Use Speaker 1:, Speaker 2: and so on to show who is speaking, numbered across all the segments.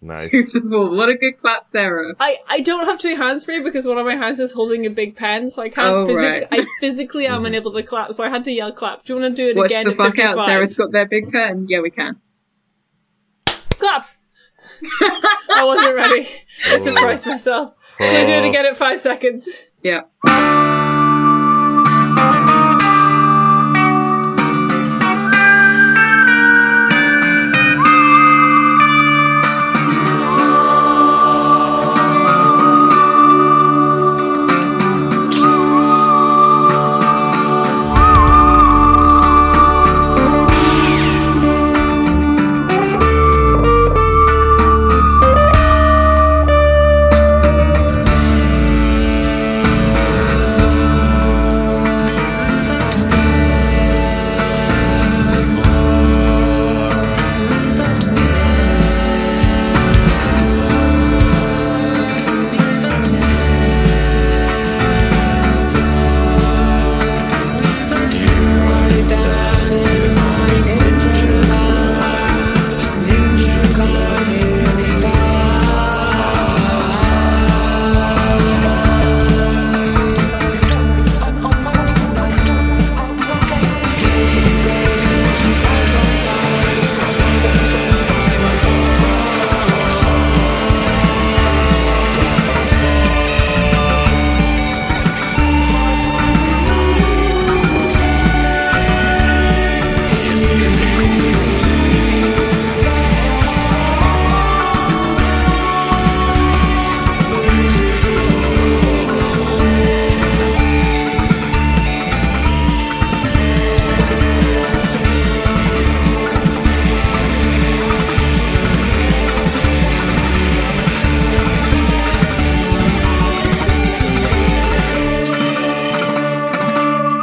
Speaker 1: Nice.
Speaker 2: Beautiful. What a good clap, Sarah.
Speaker 3: I, I don't have two hands free because one of my hands is holding a big pen, so I can't.
Speaker 2: Oh,
Speaker 3: physic-
Speaker 2: right.
Speaker 3: I physically am unable to clap, so I had to yell clap. Do you want to do it
Speaker 2: Watch
Speaker 3: again?
Speaker 2: the
Speaker 3: at
Speaker 2: fuck out.
Speaker 3: 55?
Speaker 2: Sarah's got their big pen. Yeah, we can.
Speaker 3: clap. I wasn't ready.
Speaker 1: Oh.
Speaker 3: I surprised myself. Can I do it again at five seconds?
Speaker 2: Yeah.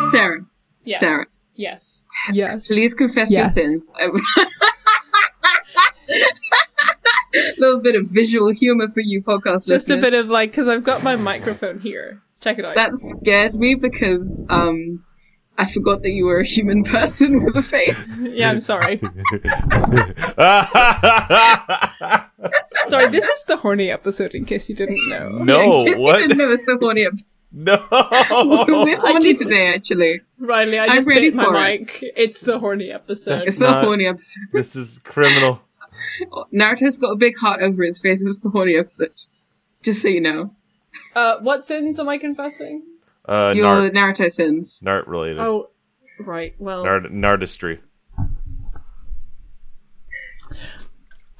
Speaker 2: Sarah,
Speaker 3: Yes.
Speaker 2: Sarah.
Speaker 3: Yes. Yes.
Speaker 2: please confess
Speaker 3: Yes.
Speaker 2: your sins. A little bit of visual humor for you, podcast
Speaker 3: Just a
Speaker 2: listeners.
Speaker 3: bit of like, because I've got my microphone here. Check it out.
Speaker 2: That scared me because um, I forgot that you were a human person with a face.
Speaker 3: yeah, I'm sorry.
Speaker 1: again.
Speaker 3: sorry, this is the horny episode, in case you didn't know.
Speaker 1: no,
Speaker 2: In case
Speaker 1: what? Oh,
Speaker 2: You didn't know it's the horny episode. We're
Speaker 1: No.
Speaker 2: horny
Speaker 3: just-
Speaker 2: today, actually.
Speaker 3: Riley, I
Speaker 2: I'm
Speaker 3: just
Speaker 2: ready
Speaker 3: bit my
Speaker 2: for it.
Speaker 3: mic. It's the horny episode.
Speaker 2: It's
Speaker 1: That's-
Speaker 2: the
Speaker 1: not-
Speaker 2: horny episode.
Speaker 1: this is criminal.
Speaker 2: Naruto's got a big heart over his face. It's the horny episode. Just so you know,
Speaker 3: Uh, what sins am I confessing?
Speaker 1: Uh,
Speaker 2: your
Speaker 1: Nart,
Speaker 2: Naruto sins.
Speaker 1: Nart related.
Speaker 3: Oh, right. Well,
Speaker 1: Nart, Nardistry.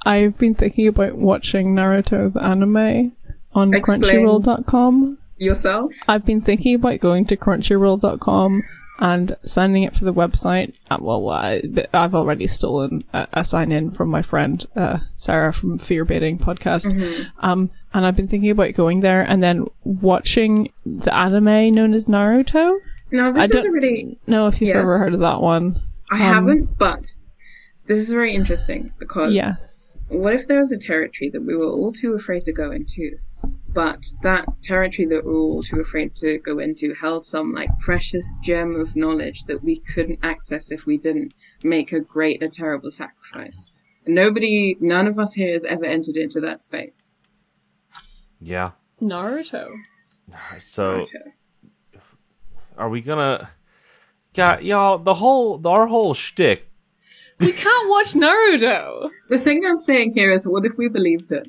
Speaker 3: I've been thinking about watching Naruto the anime on
Speaker 2: Explain.
Speaker 3: Crunchyroll.com.
Speaker 2: Yourself?
Speaker 3: I've been thinking about going to Crunchyroll.com and signing up for the website. Uh, well, I, I've already stolen a, a sign in from my friend uh, Sarah from Fear Baiting podcast. Um, and I've been thinking about going there and then watching the anime known as Naruto.
Speaker 2: No, this
Speaker 3: I
Speaker 2: is
Speaker 3: don't- um,
Speaker 2: a really.
Speaker 3: No, if you've
Speaker 2: Yes.
Speaker 3: ever heard of that one.
Speaker 2: I haven't, but this is very interesting because
Speaker 3: Yes.
Speaker 2: what if there was a territory that we were all too afraid to go into, but that territory that we were all too afraid to go into held some like precious gem of knowledge that we couldn't access if we didn't make a great or terrible sacrifice? Nobody, none of us here has ever entered into that space.
Speaker 1: Yeah.
Speaker 3: Naruto.
Speaker 1: So,
Speaker 2: Okay.
Speaker 1: are we gonna? God, y'all, the whole, our whole shtick.
Speaker 3: We can't watch Naruto.
Speaker 2: The thing I'm saying here is, what if we believed it?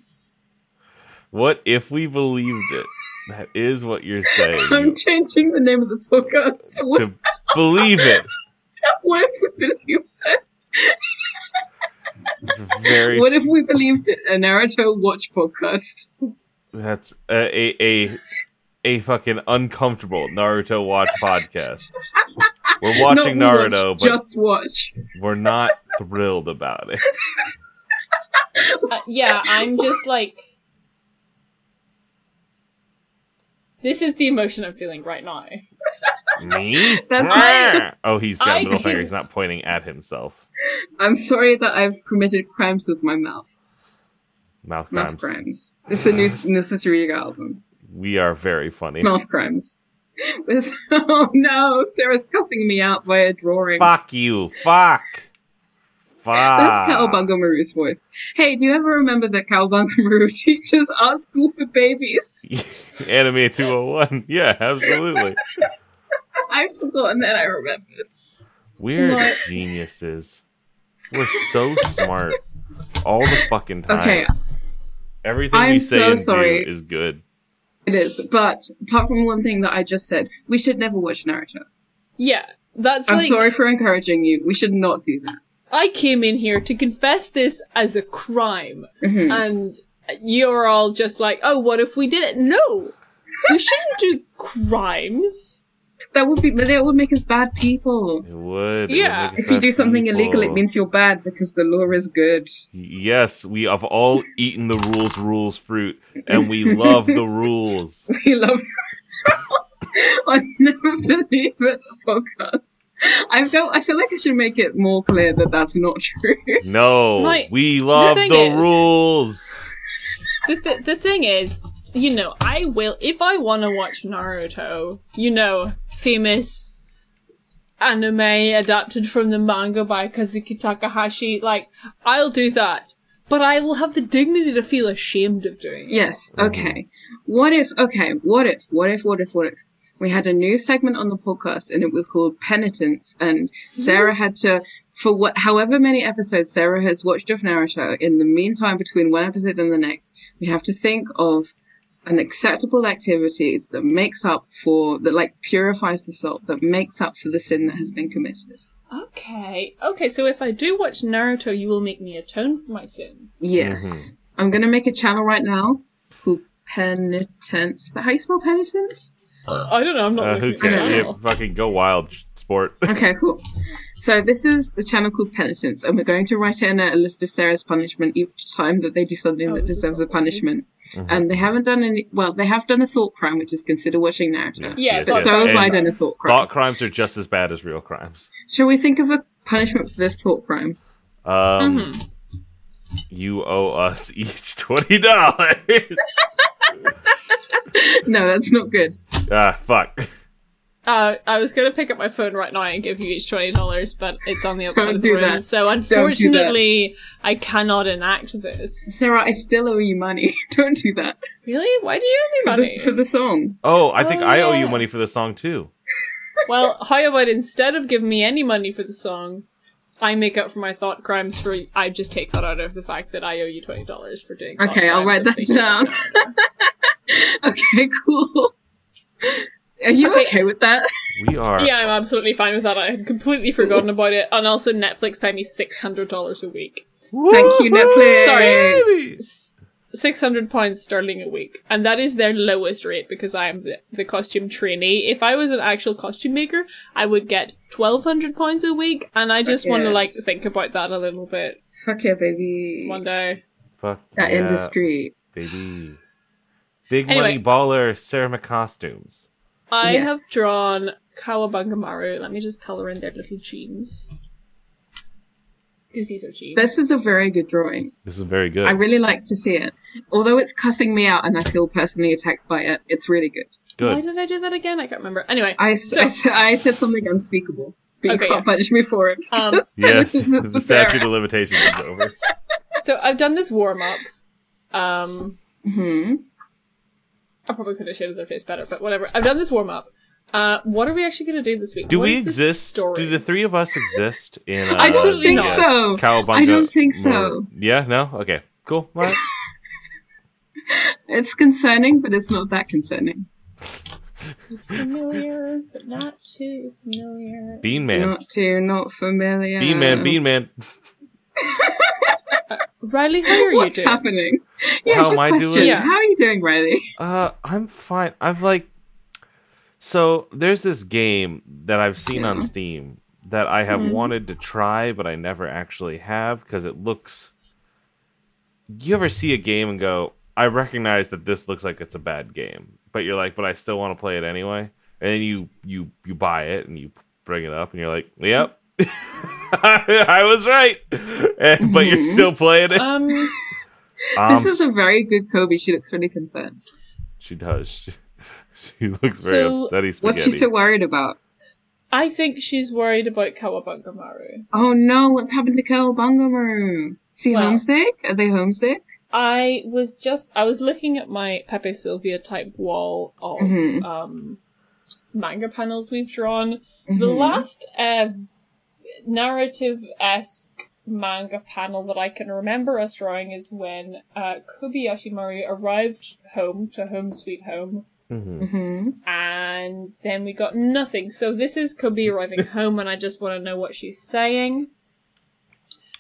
Speaker 1: What if we believed it? That is what you're saying.
Speaker 2: I'm changing the name of the podcast. to What,
Speaker 1: to believe it.
Speaker 2: what if we believed it?
Speaker 1: It's very.
Speaker 2: What if we believed it? A Naruto watch podcast.
Speaker 1: That's a a a, a fucking uncomfortable Naruto watch podcast. We're watching
Speaker 2: Not watch,
Speaker 1: Naruto, but
Speaker 2: just watch.
Speaker 1: we're not thrilled about it.
Speaker 3: Uh, yeah, I'm just like. This is the emotion I'm feeling right now.
Speaker 1: Me?
Speaker 2: That's
Speaker 1: right. Oh, he's got
Speaker 3: I
Speaker 1: a middle
Speaker 3: can-
Speaker 1: finger. He's not pointing at himself.
Speaker 2: I'm sorry that I've committed crimes with my mouth.
Speaker 1: Mouth crimes.
Speaker 2: Mouth
Speaker 1: Mm.
Speaker 2: crimes. It's a new Mrs. Riga album.
Speaker 1: We are very funny.
Speaker 2: Mouth crimes. It's- oh no, Sarah's cussing me out via drawing.
Speaker 1: Fuck you. Fuck. Fuck.
Speaker 2: That's Cowbungamaru's voice. Hey, do you ever remember that Cowbungamaru teaches our school for babies?
Speaker 1: Anime 201. Yeah, absolutely.
Speaker 2: I've forgotten that I remembered.
Speaker 1: We're
Speaker 2: What?
Speaker 1: geniuses. We're so smart all the fucking time.
Speaker 2: Okay,
Speaker 1: Everything we
Speaker 2: I'm
Speaker 1: say
Speaker 2: so
Speaker 1: and
Speaker 2: sorry.
Speaker 1: do is good.
Speaker 2: it is. But apart from one thing that I just said, we should never watch Naruto.
Speaker 3: Yeah, that's
Speaker 2: I'm
Speaker 3: like
Speaker 2: sorry for encouraging you. We should not do that.
Speaker 3: I came in here to confess this as a crime,
Speaker 2: Mhm.
Speaker 3: and you're all just like, "Oh, what if we did it?" No, we shouldn't do crimes.
Speaker 2: That would be that would make us bad people.
Speaker 1: It would. it
Speaker 3: Yeah.
Speaker 1: would make us
Speaker 2: If you
Speaker 1: bad
Speaker 2: do something illegal, it
Speaker 1: people.
Speaker 2: means you're bad because the law is good.
Speaker 1: Yes, we have all eaten the rules, rules fruit, and we love the rules.
Speaker 2: We love I never believe it. The podcast. I don't. I feel like I should make it more clear that that's not true.
Speaker 1: No,
Speaker 3: Right.
Speaker 1: we love the,
Speaker 3: thing is-
Speaker 1: rules.
Speaker 3: The th- the thing is, you know, I will if I want to watch Naruto. You know, famous anime adapted from the manga by Kazuki Takahashi. Like, I'll do that. But I will have the dignity to feel ashamed of doing it.
Speaker 2: Yes. Okay. What if? Okay. What if? What if? What if? What if? We had a new segment on the podcast, and it was called Penitence. And Sarah had to, for what, however many episodes Sarah has watched of Naruto, in the meantime between one episode and the next, we have to think of an acceptable activity that makes up for that, like purifies the soul, that makes up for the sin that has been committed.
Speaker 3: Okay. Okay, so if I do watch Naruto, you will make me atone for my sins.
Speaker 2: Yes. I'm going to make a channel right now called Penitence. Is that how you spell penitence?
Speaker 3: I don't know, I'm not
Speaker 1: Uh, who
Speaker 3: looking at the
Speaker 1: cares?
Speaker 2: I
Speaker 1: Yeah,
Speaker 3: channel.
Speaker 1: fucking go wild, sh- sport.
Speaker 2: Okay, cool. So this is the channel called Penitence, and we're going to write in a, a list of Sarah's punishment each time that they do something
Speaker 3: Oh,
Speaker 2: that
Speaker 3: this is
Speaker 2: deserves a
Speaker 3: what that is.
Speaker 2: punishment. And they haven't done any. Well, they have done a thought crime, which is consider watching Naruto.
Speaker 3: Yeah,
Speaker 2: But so have
Speaker 1: And
Speaker 2: I done a thought crime.
Speaker 1: Thought crimes are just as bad as real crimes.
Speaker 2: Shall we think of a punishment for this thought crime?
Speaker 1: Um,
Speaker 3: Mm-hmm.
Speaker 1: You owe us each twenty dollars.
Speaker 2: No, that's not good.
Speaker 1: ah, fuck.
Speaker 3: Uh, I was going to pick up my phone right now and give you each twenty dollars, but it's on the other
Speaker 2: Don't
Speaker 3: side of the
Speaker 2: do
Speaker 3: room.
Speaker 2: that.
Speaker 3: So unfortunately, I cannot enact this.
Speaker 2: Sarah, I still owe you money. Don't do that
Speaker 3: Really? Why do you owe
Speaker 2: For
Speaker 3: me
Speaker 2: the,
Speaker 3: money?
Speaker 2: for the song.
Speaker 1: Oh, I think
Speaker 3: Oh,
Speaker 1: I owe
Speaker 3: yeah.
Speaker 1: you money for the song too.
Speaker 3: well, how about instead of giving me any money for the song, I make up for my thought crimes for I just take that out of the fact that I owe you twenty dollars for doing. thought
Speaker 2: Okay, I'll
Speaker 3: crimes and
Speaker 2: write that
Speaker 3: thinking
Speaker 2: down.
Speaker 3: about it.
Speaker 2: Okay, cool. Are you okay,
Speaker 3: Okay.
Speaker 2: with that?
Speaker 1: We are.
Speaker 3: Yeah, I'm absolutely fine with that. I had completely forgotten about it, and also Netflix pay me six hundred dollars a week.
Speaker 2: Thank you, Netflix.
Speaker 3: Sorry.
Speaker 1: Baby.
Speaker 3: six hundred pounds sterling a week, and that is their lowest rate because I am the, the costume trainee. If I was an actual costume maker, I would get twelve hundred pounds a week, and I just want to like
Speaker 2: Yes.
Speaker 3: think about that a little bit
Speaker 2: Fuck yeah, baby.
Speaker 3: one day.
Speaker 1: Fuck
Speaker 2: That
Speaker 1: yeah,
Speaker 2: industry.
Speaker 1: baby. Big
Speaker 3: Anyway.
Speaker 1: money baller ceramic costumes.
Speaker 3: I
Speaker 2: Yes.
Speaker 3: have drawn Kawabangamaru. Let me just color in their little jeans because these are jeans.
Speaker 2: This is a very good drawing.
Speaker 1: This is very good.
Speaker 2: I really like to see it. Although it's cussing me out and I feel personally attacked by it, it's really good.
Speaker 3: Why
Speaker 1: good.
Speaker 3: did I do that again? I can't remember. Anyway,
Speaker 2: I, s- I s- I said something unspeakable, but
Speaker 3: Okay,
Speaker 2: you can't punish me for it.
Speaker 3: Um,
Speaker 2: because
Speaker 1: Yes,
Speaker 2: penitence is
Speaker 1: the
Speaker 2: for
Speaker 1: statute
Speaker 2: Sarah.
Speaker 1: of limitations is over.
Speaker 3: so I've done this warm up. Um,
Speaker 2: Mhm.
Speaker 3: I probably could have shaded their face better, but whatever. I've done this warm up. Uh, what are we actually going to do this week?
Speaker 1: Do
Speaker 3: What
Speaker 1: we
Speaker 3: is this
Speaker 1: exist?
Speaker 3: Story?
Speaker 1: Do the three of us exist in? Uh,
Speaker 2: I don't
Speaker 3: Absolutely
Speaker 2: think
Speaker 3: not.
Speaker 2: so.
Speaker 1: Cowabunga.
Speaker 2: I don't think so.
Speaker 1: Mar- Yeah. No. Okay. Cool. All right.
Speaker 2: It's concerning, but it's not that concerning.
Speaker 3: It's familiar, but not too familiar.
Speaker 1: Bean man.
Speaker 2: Not too, not familiar.
Speaker 1: Bean man. Bean man.
Speaker 3: Riley, how are
Speaker 2: What's
Speaker 3: you doing?
Speaker 2: happening? Yeah,
Speaker 1: How
Speaker 2: good
Speaker 1: am I
Speaker 2: question.
Speaker 1: doing?
Speaker 3: Yeah.
Speaker 2: How are you doing, Riley?
Speaker 1: Uh, I'm fine. I've like, so there's this game that I've seen on
Speaker 2: Yeah. Mm-hmm.
Speaker 1: Steam that I have wanted to try, but I never actually have because it looks. You ever see a game and go, I recognize that this looks like it's a bad game, but you're like, but I still want to play it anyway, and then you you you buy it and you bring it up and you're like, yep. I, was right, and, but you're
Speaker 2: Mhm.
Speaker 1: still playing it.
Speaker 3: Um,
Speaker 1: Um,
Speaker 2: Uh, this is a very good Kobe. She looks really concerned.
Speaker 1: She does. She, she looks very
Speaker 3: So-
Speaker 1: upsetty spaghetti.
Speaker 2: What's she so worried about?
Speaker 3: I think she's worried about Kawabunga Maru.
Speaker 2: Oh no, what's happened to Kawabungamaru? Is he
Speaker 3: Well-
Speaker 2: homesick? Are they homesick?
Speaker 3: I was just I was looking at my Pepe Sylvia type wall of
Speaker 2: Mhm.
Speaker 3: um, manga panels we've drawn. The last uh, narrative esque manga panel that I can remember us drawing is when uh, Kobayashi Maru arrived home to Home Sweet Home,
Speaker 1: Mm-hmm.
Speaker 2: Mm-hmm.
Speaker 3: and then we got nothing. So this is Kobe arriving home, and I just want to know what she's saying.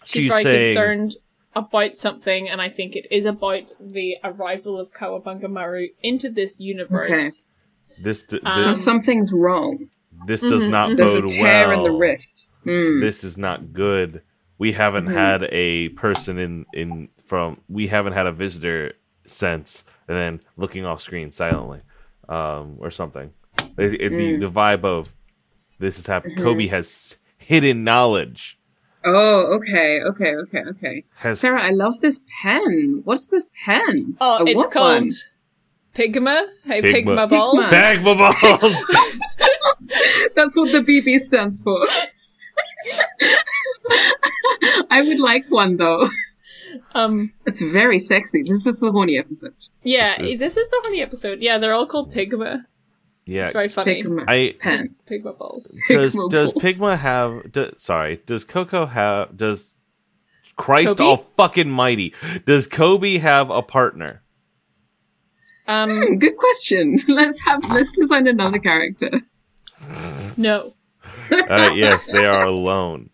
Speaker 3: She's,
Speaker 1: She's
Speaker 3: very
Speaker 1: saying-
Speaker 3: concerned about something, and I think it is about the arrival of Kawabunga Maru into this universe.
Speaker 2: Okay. Mm-hmm.
Speaker 1: This d-
Speaker 3: Um,
Speaker 1: thi-
Speaker 2: So
Speaker 1: this,
Speaker 2: something's wrong.
Speaker 1: does not
Speaker 2: There's a
Speaker 1: bode
Speaker 2: tear
Speaker 1: well.
Speaker 2: in the rift. Mm. Mm-hmm.
Speaker 1: This is not good. We haven't had a person in in from. We haven't had a visitor since, and then looking off screen silently, um, or something. It, it,
Speaker 2: Mm.
Speaker 1: the, the vibe of this has happened.
Speaker 2: Mm-hmm.
Speaker 1: Kobe has hidden knowledge.
Speaker 2: Oh, okay, okay, okay, okay.
Speaker 1: Has
Speaker 2: Sarah, I love this pen. What's this pen?
Speaker 3: Oh,
Speaker 2: I
Speaker 3: it's
Speaker 2: want
Speaker 3: called
Speaker 2: one.
Speaker 3: Pigma. Hey, Pigma, balls.
Speaker 2: uh,
Speaker 1: Bag my balls.
Speaker 2: That's what the BB stands for. I would like one though.
Speaker 3: Um,
Speaker 2: It's very sexy. This is the horny episode.
Speaker 3: yeah,
Speaker 1: This
Speaker 3: this
Speaker 1: is-
Speaker 3: is, the honey episode. Yeah, they're all called Pigma.
Speaker 1: yeah,
Speaker 3: It's very funny.
Speaker 2: Pigma
Speaker 1: I
Speaker 2: pen.
Speaker 3: Pigma balls.
Speaker 1: does
Speaker 2: Pigma
Speaker 1: does
Speaker 2: balls.
Speaker 1: Pigma have? Do, sorry, does Coco have? Does Christ
Speaker 3: Kobe?
Speaker 1: all fucking mighty? Does Kobe have a partner?
Speaker 3: Um,
Speaker 2: Hmm, Good question. Let's have let's design another character.
Speaker 3: no.
Speaker 1: Uh, yes, they are alone.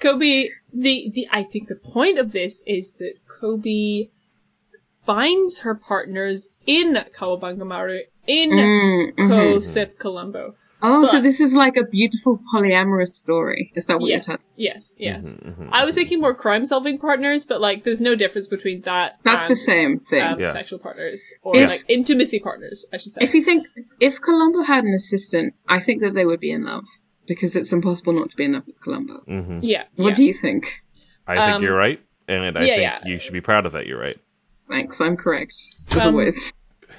Speaker 3: Kobe, the, the, I think the point of this is that Kobe finds her partners in Kawabangamaru, in
Speaker 2: Mm, mhm.
Speaker 3: Ko Sif Colombo.
Speaker 2: Oh, so
Speaker 3: but-
Speaker 2: this is like a beautiful polyamorous story. Is that what
Speaker 3: Yes,
Speaker 2: you're talking?
Speaker 3: yes, yes.
Speaker 1: Mhm, mhm.
Speaker 3: I was thinking more crime solving partners, but like there's no difference between that
Speaker 2: That's
Speaker 3: and
Speaker 2: the same thing.
Speaker 3: um,
Speaker 1: Yeah.
Speaker 3: sexual partners or
Speaker 2: If-
Speaker 3: like intimacy partners, I should say.
Speaker 2: If you think if Columbo had an assistant, I think that they would be in love because it's impossible not to be in love with Columbo.
Speaker 1: hmm
Speaker 3: yeah.
Speaker 2: What
Speaker 3: yeah.
Speaker 2: do you think?
Speaker 1: I think
Speaker 3: Um,
Speaker 1: you're right, and I
Speaker 3: yeah,
Speaker 1: think
Speaker 3: yeah.
Speaker 1: you should be proud of that. You're right.
Speaker 2: Thanks, I'm correct as
Speaker 3: Um,
Speaker 2: always.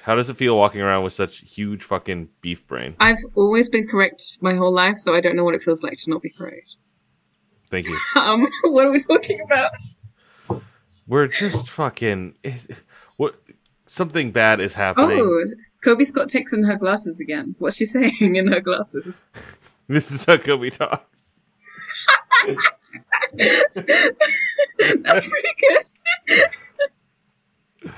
Speaker 1: How does it feel walking around with such huge fucking beef brain?
Speaker 2: I've always been correct my whole life, so I don't know what it feels like to not be correct.
Speaker 1: Thank you.
Speaker 2: Um, what are we talking about?
Speaker 1: We're just fucking. What? Something bad is happening.
Speaker 2: Oh, Kobe Scott takes in her glasses again. What's she saying in her glasses?
Speaker 1: This is how Kobe talks.
Speaker 2: That's pretty good.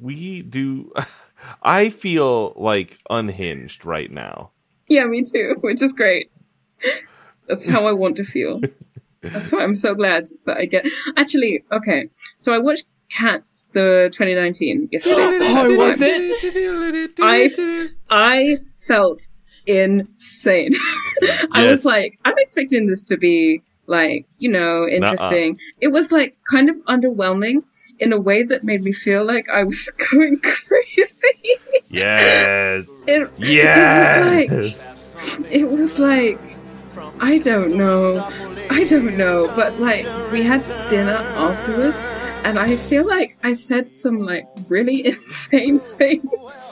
Speaker 1: We do. I feel like unhinged right now.
Speaker 2: Yeah, me too, which is great. That's how I want to feel. That's why I'm so glad that I get. Actually, okay, so I watched Cats the 2019 yesterday.
Speaker 3: Oh, was it?
Speaker 2: I I felt insane. I
Speaker 1: Yes.
Speaker 2: was like, I'm expecting this to be like, you know, interesting. It was like kind of underwhelming in a way that made me feel like I was going crazy.
Speaker 1: Yes.
Speaker 2: It, it was like
Speaker 1: Yes.
Speaker 2: it was like I don't know. I don't know, but like we had dinner afterwards and I feel like I said some like really insane things.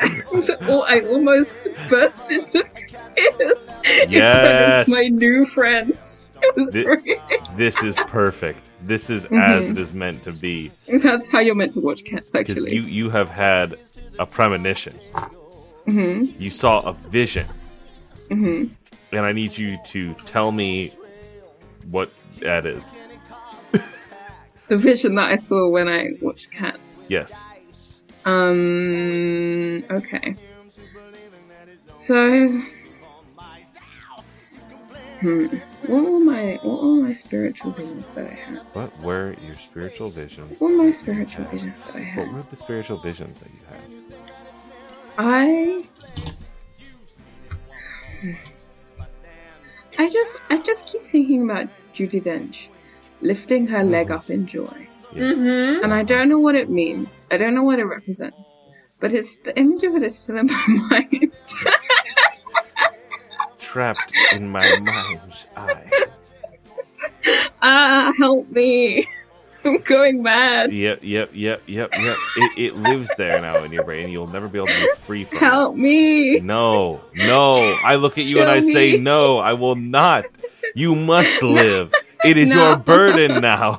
Speaker 2: and al- I almost burst into tears in front
Speaker 1: Yes.
Speaker 2: of my new friends. It was
Speaker 1: Thi-
Speaker 2: great.
Speaker 1: This is perfect. This is
Speaker 2: Mm-hmm.
Speaker 1: as it is meant to be.
Speaker 2: That's how you're meant to watch cats
Speaker 1: Because
Speaker 2: actually.
Speaker 1: you, you have had a premonition.
Speaker 2: Mhm.
Speaker 1: You saw a vision.
Speaker 2: Mhm.
Speaker 1: And I need you to tell me what that is.
Speaker 2: The vision that I saw when I watched cats.
Speaker 1: Yes.
Speaker 2: Um. Okay. So, hmm, what were my what were my spiritual visions that I had?
Speaker 1: What were your spiritual visions?
Speaker 2: What were my spiritual visions that I
Speaker 1: What
Speaker 2: had?
Speaker 1: were the spiritual visions that you had?
Speaker 2: I. I just I just keep thinking about Judy Dench lifting her leg up in joy.
Speaker 1: Yes.
Speaker 3: Mhm.
Speaker 2: and I don't know what it means. I don't know what it represents, but it's the image of it is still in my mind.
Speaker 1: Trapped in my mind's eye.
Speaker 2: ah, help me! I'm going mad.
Speaker 1: Yep, yep, yep, yep, yep. It, it lives there now in your brain. You'll never be able to be free from
Speaker 2: Help
Speaker 1: it.
Speaker 2: me.
Speaker 1: No, no. I look at you and I
Speaker 2: Kill
Speaker 1: say,
Speaker 2: me.
Speaker 1: no, I will not. You must live. It is
Speaker 2: No.
Speaker 1: your burden now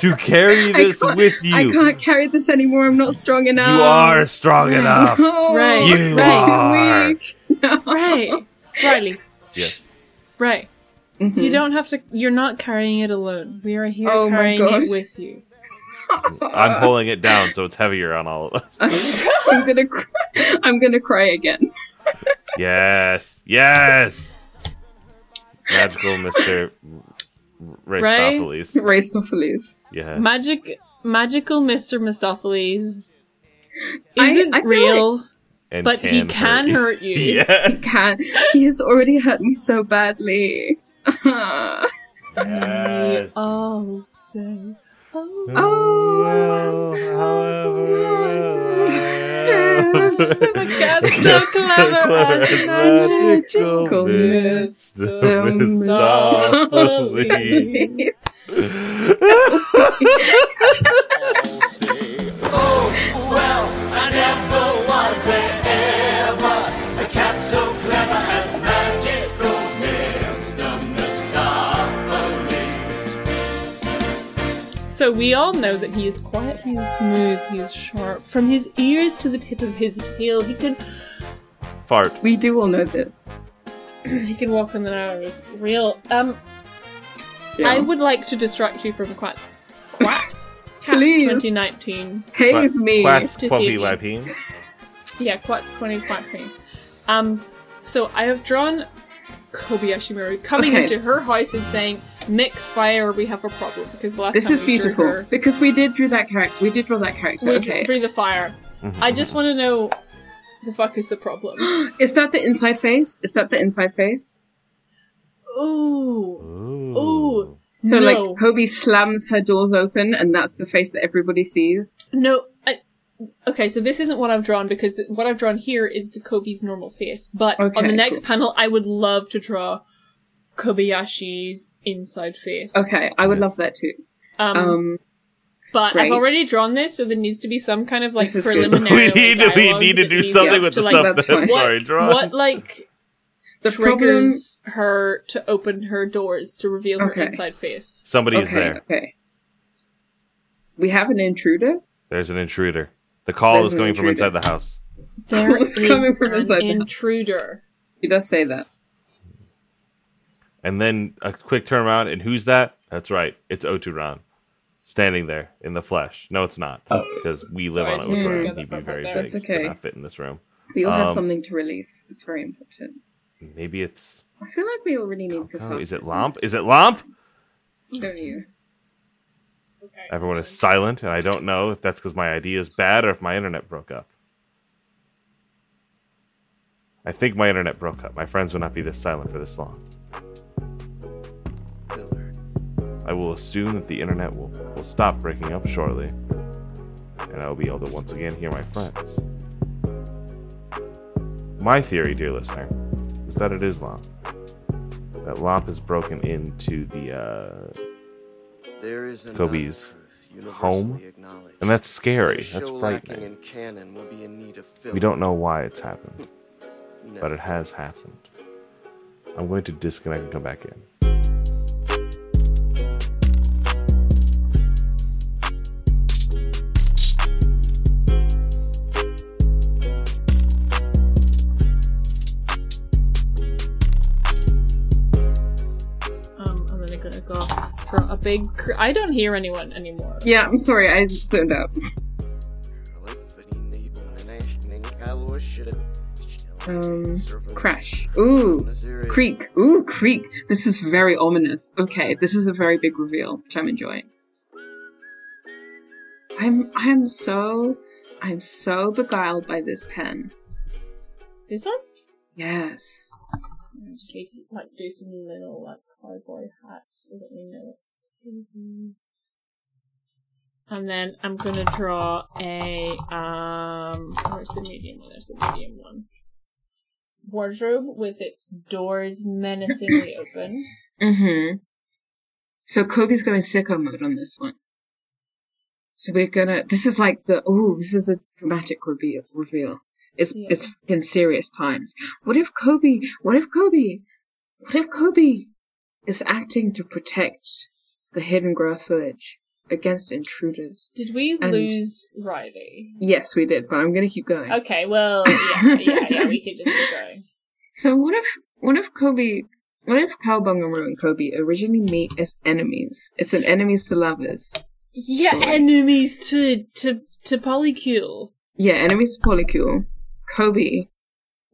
Speaker 1: to carry
Speaker 2: I
Speaker 1: this
Speaker 2: can't-
Speaker 1: with you.
Speaker 2: I can't carry this anymore. I'm not strong
Speaker 1: you
Speaker 2: enough.
Speaker 1: are strong enough.
Speaker 2: No,
Speaker 3: Right,
Speaker 1: You
Speaker 2: I'm too
Speaker 1: are.
Speaker 2: weak.
Speaker 3: Right. Riley.
Speaker 1: Yes.
Speaker 3: Right.
Speaker 2: Mhm.
Speaker 3: You don't have to. You're not carrying it alone. We are here
Speaker 2: Oh my
Speaker 3: carrying
Speaker 2: gosh.
Speaker 3: it with you.
Speaker 1: I'm pulling it down so it's heavier on all of us.
Speaker 2: I'm gonna, cry. I'm gonna cry again.
Speaker 1: Yes. Yes. Magical Mr. Rastopheles.
Speaker 2: Rastopheles.
Speaker 1: Yes.
Speaker 3: Magic, magical Mr. Mistopheles
Speaker 2: I-
Speaker 3: isn't
Speaker 2: I feel
Speaker 3: real,
Speaker 1: And
Speaker 3: but he can
Speaker 1: hurt
Speaker 3: hurt you.
Speaker 1: you. Yes.
Speaker 2: Can he has already hurt me so badly.
Speaker 1: Yes.
Speaker 3: All say, oh,
Speaker 2: Oh,
Speaker 3: oh, I got oh, so clever as magic.
Speaker 1: magical
Speaker 2: Mr.
Speaker 1: Mistopheles.
Speaker 3: So we all know that he is quiet, he is smooth, he is sharp. From his ears to the tip of his tail, he can
Speaker 1: Fart.
Speaker 2: we do all know this.
Speaker 3: he can walk on the narrowest reel. Um,
Speaker 2: Yeah.
Speaker 3: I would like to distract you from Quats. Quats. Cats
Speaker 2: Please.
Speaker 3: 2019.
Speaker 2: Pave me.
Speaker 1: Class
Speaker 3: Just
Speaker 1: 12
Speaker 3: you.
Speaker 1: Lapine.
Speaker 3: Yeah, Quats 2019. Um, so I have drawn Kobayashi Maru coming
Speaker 2: Okay.
Speaker 3: into her house and saying, "Mix fire, we have a problem." Because the last
Speaker 2: This
Speaker 3: time
Speaker 2: is
Speaker 3: we drew
Speaker 2: beautiful
Speaker 3: her,
Speaker 2: because we did draw that character. We did draw that character.
Speaker 3: we
Speaker 2: okay,
Speaker 3: drew the fire. I just want to know, the fuck is the problem?
Speaker 2: is that the inside face? Is that the inside face?
Speaker 3: Ooh,
Speaker 1: Ooh.
Speaker 3: Ooh.
Speaker 2: So
Speaker 3: no,
Speaker 2: like Kobe slams her doors open, and that's the face that everybody sees.
Speaker 3: no. I, okay, so this isn't what I've drawn because th- what I've drawn here is the Kobe's normal face. But on
Speaker 2: Okay,
Speaker 3: the next
Speaker 2: cool.
Speaker 3: panel, I would love to draw Kobayashi's inside face.
Speaker 2: Okay, I would love that too.
Speaker 3: um
Speaker 2: Um,
Speaker 3: But
Speaker 2: Great.
Speaker 3: I've already drawn this, so there needs to be some kind of like
Speaker 2: This is good.
Speaker 3: preliminary.
Speaker 1: we need
Speaker 3: like,
Speaker 1: to, we
Speaker 3: dialogue
Speaker 1: need to
Speaker 3: that
Speaker 1: do
Speaker 3: leads
Speaker 1: something
Speaker 3: up
Speaker 1: with
Speaker 3: to,
Speaker 1: the
Speaker 3: like,
Speaker 1: stuff
Speaker 2: that's
Speaker 1: that I'm
Speaker 2: fine.
Speaker 1: sorry,
Speaker 3: What,
Speaker 1: drawn.
Speaker 3: what like
Speaker 2: the problem.
Speaker 3: triggers her to open her doors to reveal her
Speaker 2: Okay.
Speaker 3: inside face?
Speaker 1: Somebody is
Speaker 2: okay,
Speaker 1: there.
Speaker 2: okay. We have an intruder.
Speaker 1: There's an intruder. The call
Speaker 2: There's
Speaker 1: is
Speaker 2: an
Speaker 1: coming from
Speaker 2: intruder.
Speaker 1: inside the house.
Speaker 3: There
Speaker 2: It's
Speaker 3: is
Speaker 2: coming from
Speaker 3: an
Speaker 2: inside the house.
Speaker 3: intruder.
Speaker 2: He does say that.
Speaker 1: And then a quick turnaround, and who's that? That's right, it's Oturan. Standing there in the flesh. No, it's not. Because we live
Speaker 3: Sorry,
Speaker 1: on
Speaker 3: I shouldn't
Speaker 1: Oturan.
Speaker 3: have got that
Speaker 1: He'd be
Speaker 3: up
Speaker 1: very
Speaker 3: there.
Speaker 1: big.
Speaker 2: Oh. That's
Speaker 1: Could
Speaker 2: okay.
Speaker 1: not fit in this room.
Speaker 2: We all have
Speaker 1: Um,
Speaker 2: something to release. It's very important.
Speaker 1: Maybe it's.
Speaker 2: I feel like we already need catharsis.
Speaker 1: Oh, is it Lomp? Is it Lomp?
Speaker 2: Don't you?
Speaker 1: Everyone is silent, and I don't know if that's because my idea is bad or if my internet broke up. I think my internet broke up. My friends would not be this silent for this long. I will assume that the internet will, will stop breaking up shortly, and I will be able to once again hear my friends. My theory, dear listener, is that it is Lomp. That Lomp has broken into the uh,
Speaker 4: There is another
Speaker 1: Kobe's
Speaker 4: Earth universally
Speaker 1: home,
Speaker 4: acknowledged.
Speaker 1: And that's
Speaker 4: A
Speaker 1: scary. That's
Speaker 4: show lacking
Speaker 1: frightening.
Speaker 4: in canon will be in need of film.
Speaker 1: We don't know why it's happened,
Speaker 4: No.
Speaker 1: but it has happened. I'm going to disconnect and come back in.
Speaker 3: Um, I'm then gonna go draw a big. Cr- I don't hear anyone anymore.
Speaker 2: Yeah, I'm sorry. I zoned out. Um, Crash. Ooh. Creek. Ooh, creek. This is very ominous. Okay, this is a very big reveal, which I'm enjoying. I'm I'm so I'm so beguiled by this pen.
Speaker 3: This one?
Speaker 2: Yes.
Speaker 3: I just need to like do some little like cardboard hats so that we know it's. And then I'm gonna draw a um. Where's the medium one? There's the medium one. Wardrobe with its doors menacingly open.
Speaker 2: Mm-hmm. So Kobe's going sicko mode on this one. So we're gonna. This is like the oh, this is a dramatic reveal. Reveal. It's
Speaker 3: Yeah.
Speaker 2: it's fucking serious times. What if Kobe? What if Kobe? What if Kobe is acting to protect the hidden grass village against intruders?
Speaker 3: Did we
Speaker 2: And-
Speaker 3: lose Riley?
Speaker 2: Yes, we did, but I'm gonna keep going.
Speaker 3: Okay, well, yeah, yeah, yeah, we could just keep going.
Speaker 2: So what if what if Kobe? What if Cowbungaroo and Kobe originally meet as enemies? It's an enemies to lovers.
Speaker 3: Yeah,
Speaker 2: Sorry.
Speaker 3: enemies to to to polycule.
Speaker 2: Yeah, enemies to Polycule. Kobe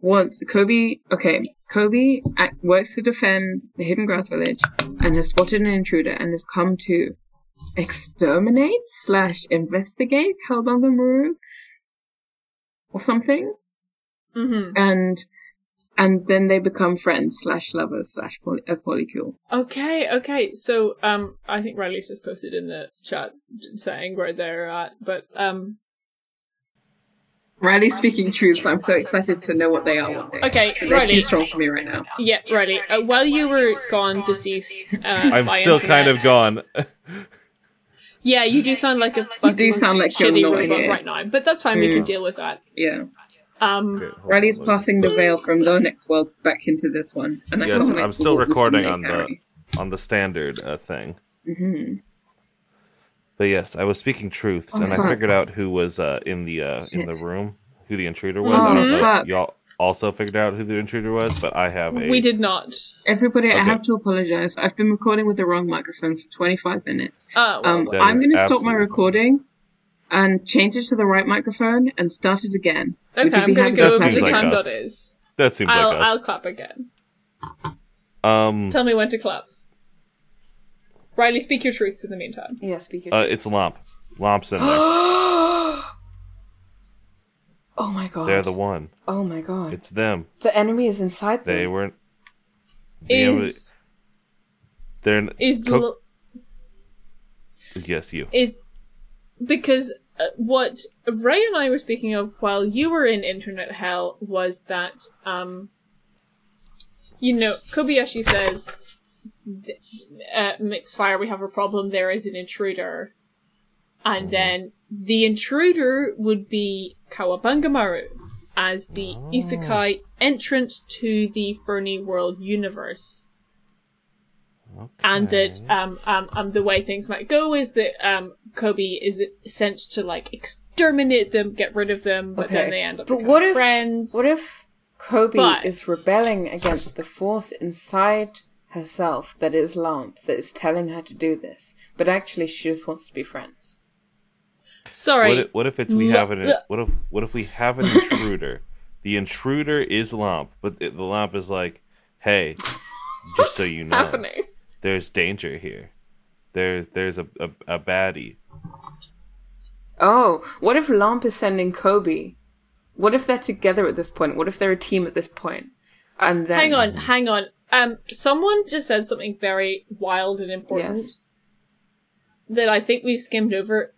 Speaker 2: wants Kobe. Okay, Kobe at, works to defend the hidden grass village and has spotted an intruder and has come to exterminate slash investigate Kalbungamaroo or something.
Speaker 3: Mm-hmm.
Speaker 2: And and then they become friends slash lovers slash poly, of Polycule.
Speaker 3: Okay, okay. So, um, I think Riley's just posted in the chat saying where they're at, but um,
Speaker 2: Riley speaking truths. I'm so excited to know what they are one day.
Speaker 3: okay,
Speaker 2: But they're too
Speaker 3: Riley.
Speaker 2: strong for me right now.
Speaker 3: Yeah, Riley. Uh, while you were gone, deceased. Uh,
Speaker 1: I'm
Speaker 3: by
Speaker 1: still kind
Speaker 3: internet-
Speaker 1: of gone.
Speaker 3: Yeah, you do sound like a fucking
Speaker 2: do sound like you're
Speaker 3: shitty
Speaker 2: not
Speaker 3: robot
Speaker 2: here.
Speaker 3: right now, but that's fine. We can
Speaker 2: Mm.
Speaker 3: deal with that.
Speaker 2: Yeah.
Speaker 3: Um,
Speaker 1: Okay, hold
Speaker 2: Riley's
Speaker 1: on, let me-
Speaker 2: passing the veil from the next world back into this one, and I
Speaker 1: Yes,
Speaker 2: can't wait
Speaker 1: I'm
Speaker 2: for
Speaker 1: still
Speaker 2: what this
Speaker 1: recording
Speaker 2: may
Speaker 1: on the
Speaker 2: carry.
Speaker 1: on the standard uh, thing.
Speaker 2: Mhm.
Speaker 1: But yes, I was speaking truths,
Speaker 2: Oh,
Speaker 1: and I
Speaker 2: fuck.
Speaker 1: figured out who was uh, in the uh, in the
Speaker 2: Shit.
Speaker 1: room, who the intruder was.
Speaker 2: Oh,
Speaker 1: I don't know if
Speaker 2: fuck.
Speaker 1: y'all also figured out who the intruder was, but I have a.
Speaker 3: we did not.
Speaker 2: Everybody, I
Speaker 1: Okay.
Speaker 2: have to apologize. I've been recording with the wrong microphone for 25 minutes.
Speaker 3: Oh, well,
Speaker 2: Um,
Speaker 1: That
Speaker 2: I'm
Speaker 1: is
Speaker 2: going to stop my
Speaker 1: absolutely fine.
Speaker 2: recording and change it to the right microphone and start it again. Would
Speaker 3: okay.
Speaker 2: you
Speaker 3: I'm
Speaker 2: be
Speaker 3: gonna
Speaker 2: happy
Speaker 3: go
Speaker 1: That
Speaker 2: to
Speaker 3: over
Speaker 2: clap
Speaker 3: the
Speaker 1: seems like
Speaker 3: time
Speaker 1: us.
Speaker 3: dot is.
Speaker 1: That seems
Speaker 3: I'll I'll
Speaker 1: like
Speaker 3: clap again.
Speaker 1: us. Um,
Speaker 3: Tell me when to clap. Riley, speak your truths in the meantime.
Speaker 5: Yeah, speak your
Speaker 1: uh, it's Lomp. Lomp's in there.
Speaker 5: Oh my god.
Speaker 1: They're the one.
Speaker 5: oh my god.
Speaker 1: It's them.
Speaker 5: the enemy is inside them.
Speaker 1: They weren't. Yeah, but-
Speaker 3: Is
Speaker 1: They're
Speaker 3: is
Speaker 1: Co-
Speaker 3: l-
Speaker 1: yes, you.
Speaker 3: is because uh, what Ray and I were speaking of while you were in internet hell was that um you know Kobayashi says th- uh, Mixfire we have a problem there is an intruder and
Speaker 1: Mm-hmm.
Speaker 3: then the intruder would be Kawabangamaru as the
Speaker 1: Ah.
Speaker 3: isekai entrant to the Fernie World universe and that um, um, um, the way things might go is that um, Kobe is sent to like exterminate them, get rid of them, but then they end up
Speaker 5: But
Speaker 3: becoming
Speaker 5: what if
Speaker 3: friends.
Speaker 5: what if Kobe
Speaker 3: But-
Speaker 5: is rebelling against the force inside herself that is Lamp that is telling her to do this, but actually she just wants to be friends.
Speaker 3: Sorry,
Speaker 1: What if, what if it's we
Speaker 3: Lo-
Speaker 1: have an
Speaker 3: lo-
Speaker 1: what if what if we have an intruder? the intruder is Lomp, but the, the Lomp is like, hey, just so you know,
Speaker 3: happening?
Speaker 1: there's danger here. There, there's a, a, a baddie.
Speaker 5: Oh, what if Lamp is sending Kobe? What if they're together at this point? What if they're a team at this point? And then
Speaker 3: Hang on, hang on. Um, someone just said something very wild and important
Speaker 5: Yes.
Speaker 3: that I think we've skimmed over.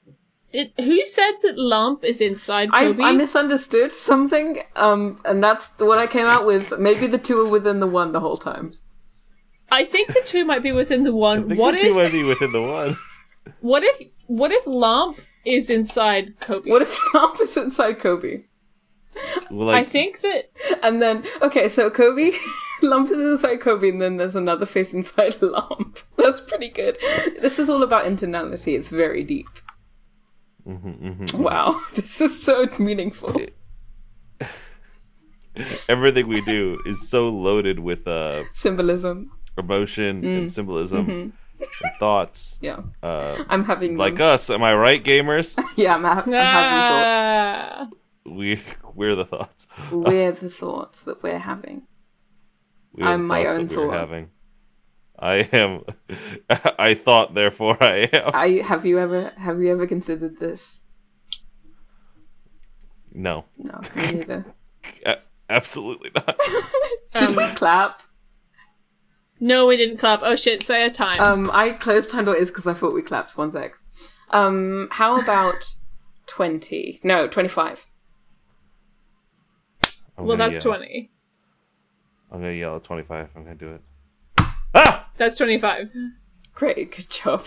Speaker 3: Did who said that Lump is inside
Speaker 5: I,
Speaker 3: Kobe?
Speaker 5: I misunderstood something, um, and that's what I came out with. Maybe the two are within the one the whole time.
Speaker 3: I think the two might be within the
Speaker 1: I
Speaker 3: one.
Speaker 1: think
Speaker 3: What
Speaker 1: the two
Speaker 3: if?
Speaker 1: might be within the one?
Speaker 3: What if? What if Lump is inside Kobe?
Speaker 5: What if Lamp is inside Kobe?
Speaker 1: Well, Like,
Speaker 3: I think that
Speaker 5: And then, okay, so Kobe, Lump is inside Kobe, and then there's another face inside Lump. That's pretty good. This is all about internality. It's very deep. Wow, this is so meaningful.
Speaker 1: everything we do is so loaded with uh,
Speaker 5: Symbolism.
Speaker 1: emotion
Speaker 3: Mm.
Speaker 1: and symbolism
Speaker 3: Mm-hmm.
Speaker 1: and thoughts.
Speaker 5: Yeah,
Speaker 1: Uh,
Speaker 5: I'm having
Speaker 1: like
Speaker 5: them.
Speaker 1: us, am I right, gamers?
Speaker 5: yeah, I'm, ha- I'm having
Speaker 3: Ah.
Speaker 1: We we're the thoughts.
Speaker 5: thoughts. We're the thoughts that we're having.
Speaker 1: We are
Speaker 5: I'm
Speaker 1: the
Speaker 5: my
Speaker 1: thoughts
Speaker 5: own
Speaker 1: that we're
Speaker 5: thought.
Speaker 1: Having. I am. I thought, therefore I am.
Speaker 5: I have you ever have you ever considered this?
Speaker 1: No,
Speaker 5: No, me neither.
Speaker 1: a- absolutely not.
Speaker 5: Did
Speaker 3: Um,
Speaker 5: we clap?
Speaker 3: No, we didn't clap. Oh shit, say a time.
Speaker 5: Um, I closed time dot is because I thought we clapped. One sec. Um, how about twenty? No, twenty-five.
Speaker 1: I'm
Speaker 3: well,
Speaker 1: gonna
Speaker 3: that's
Speaker 1: yell.
Speaker 3: 20.
Speaker 1: I'm gonna yell at 25. I'm gonna do it. Ah!
Speaker 3: That's 25.
Speaker 5: Great, good job.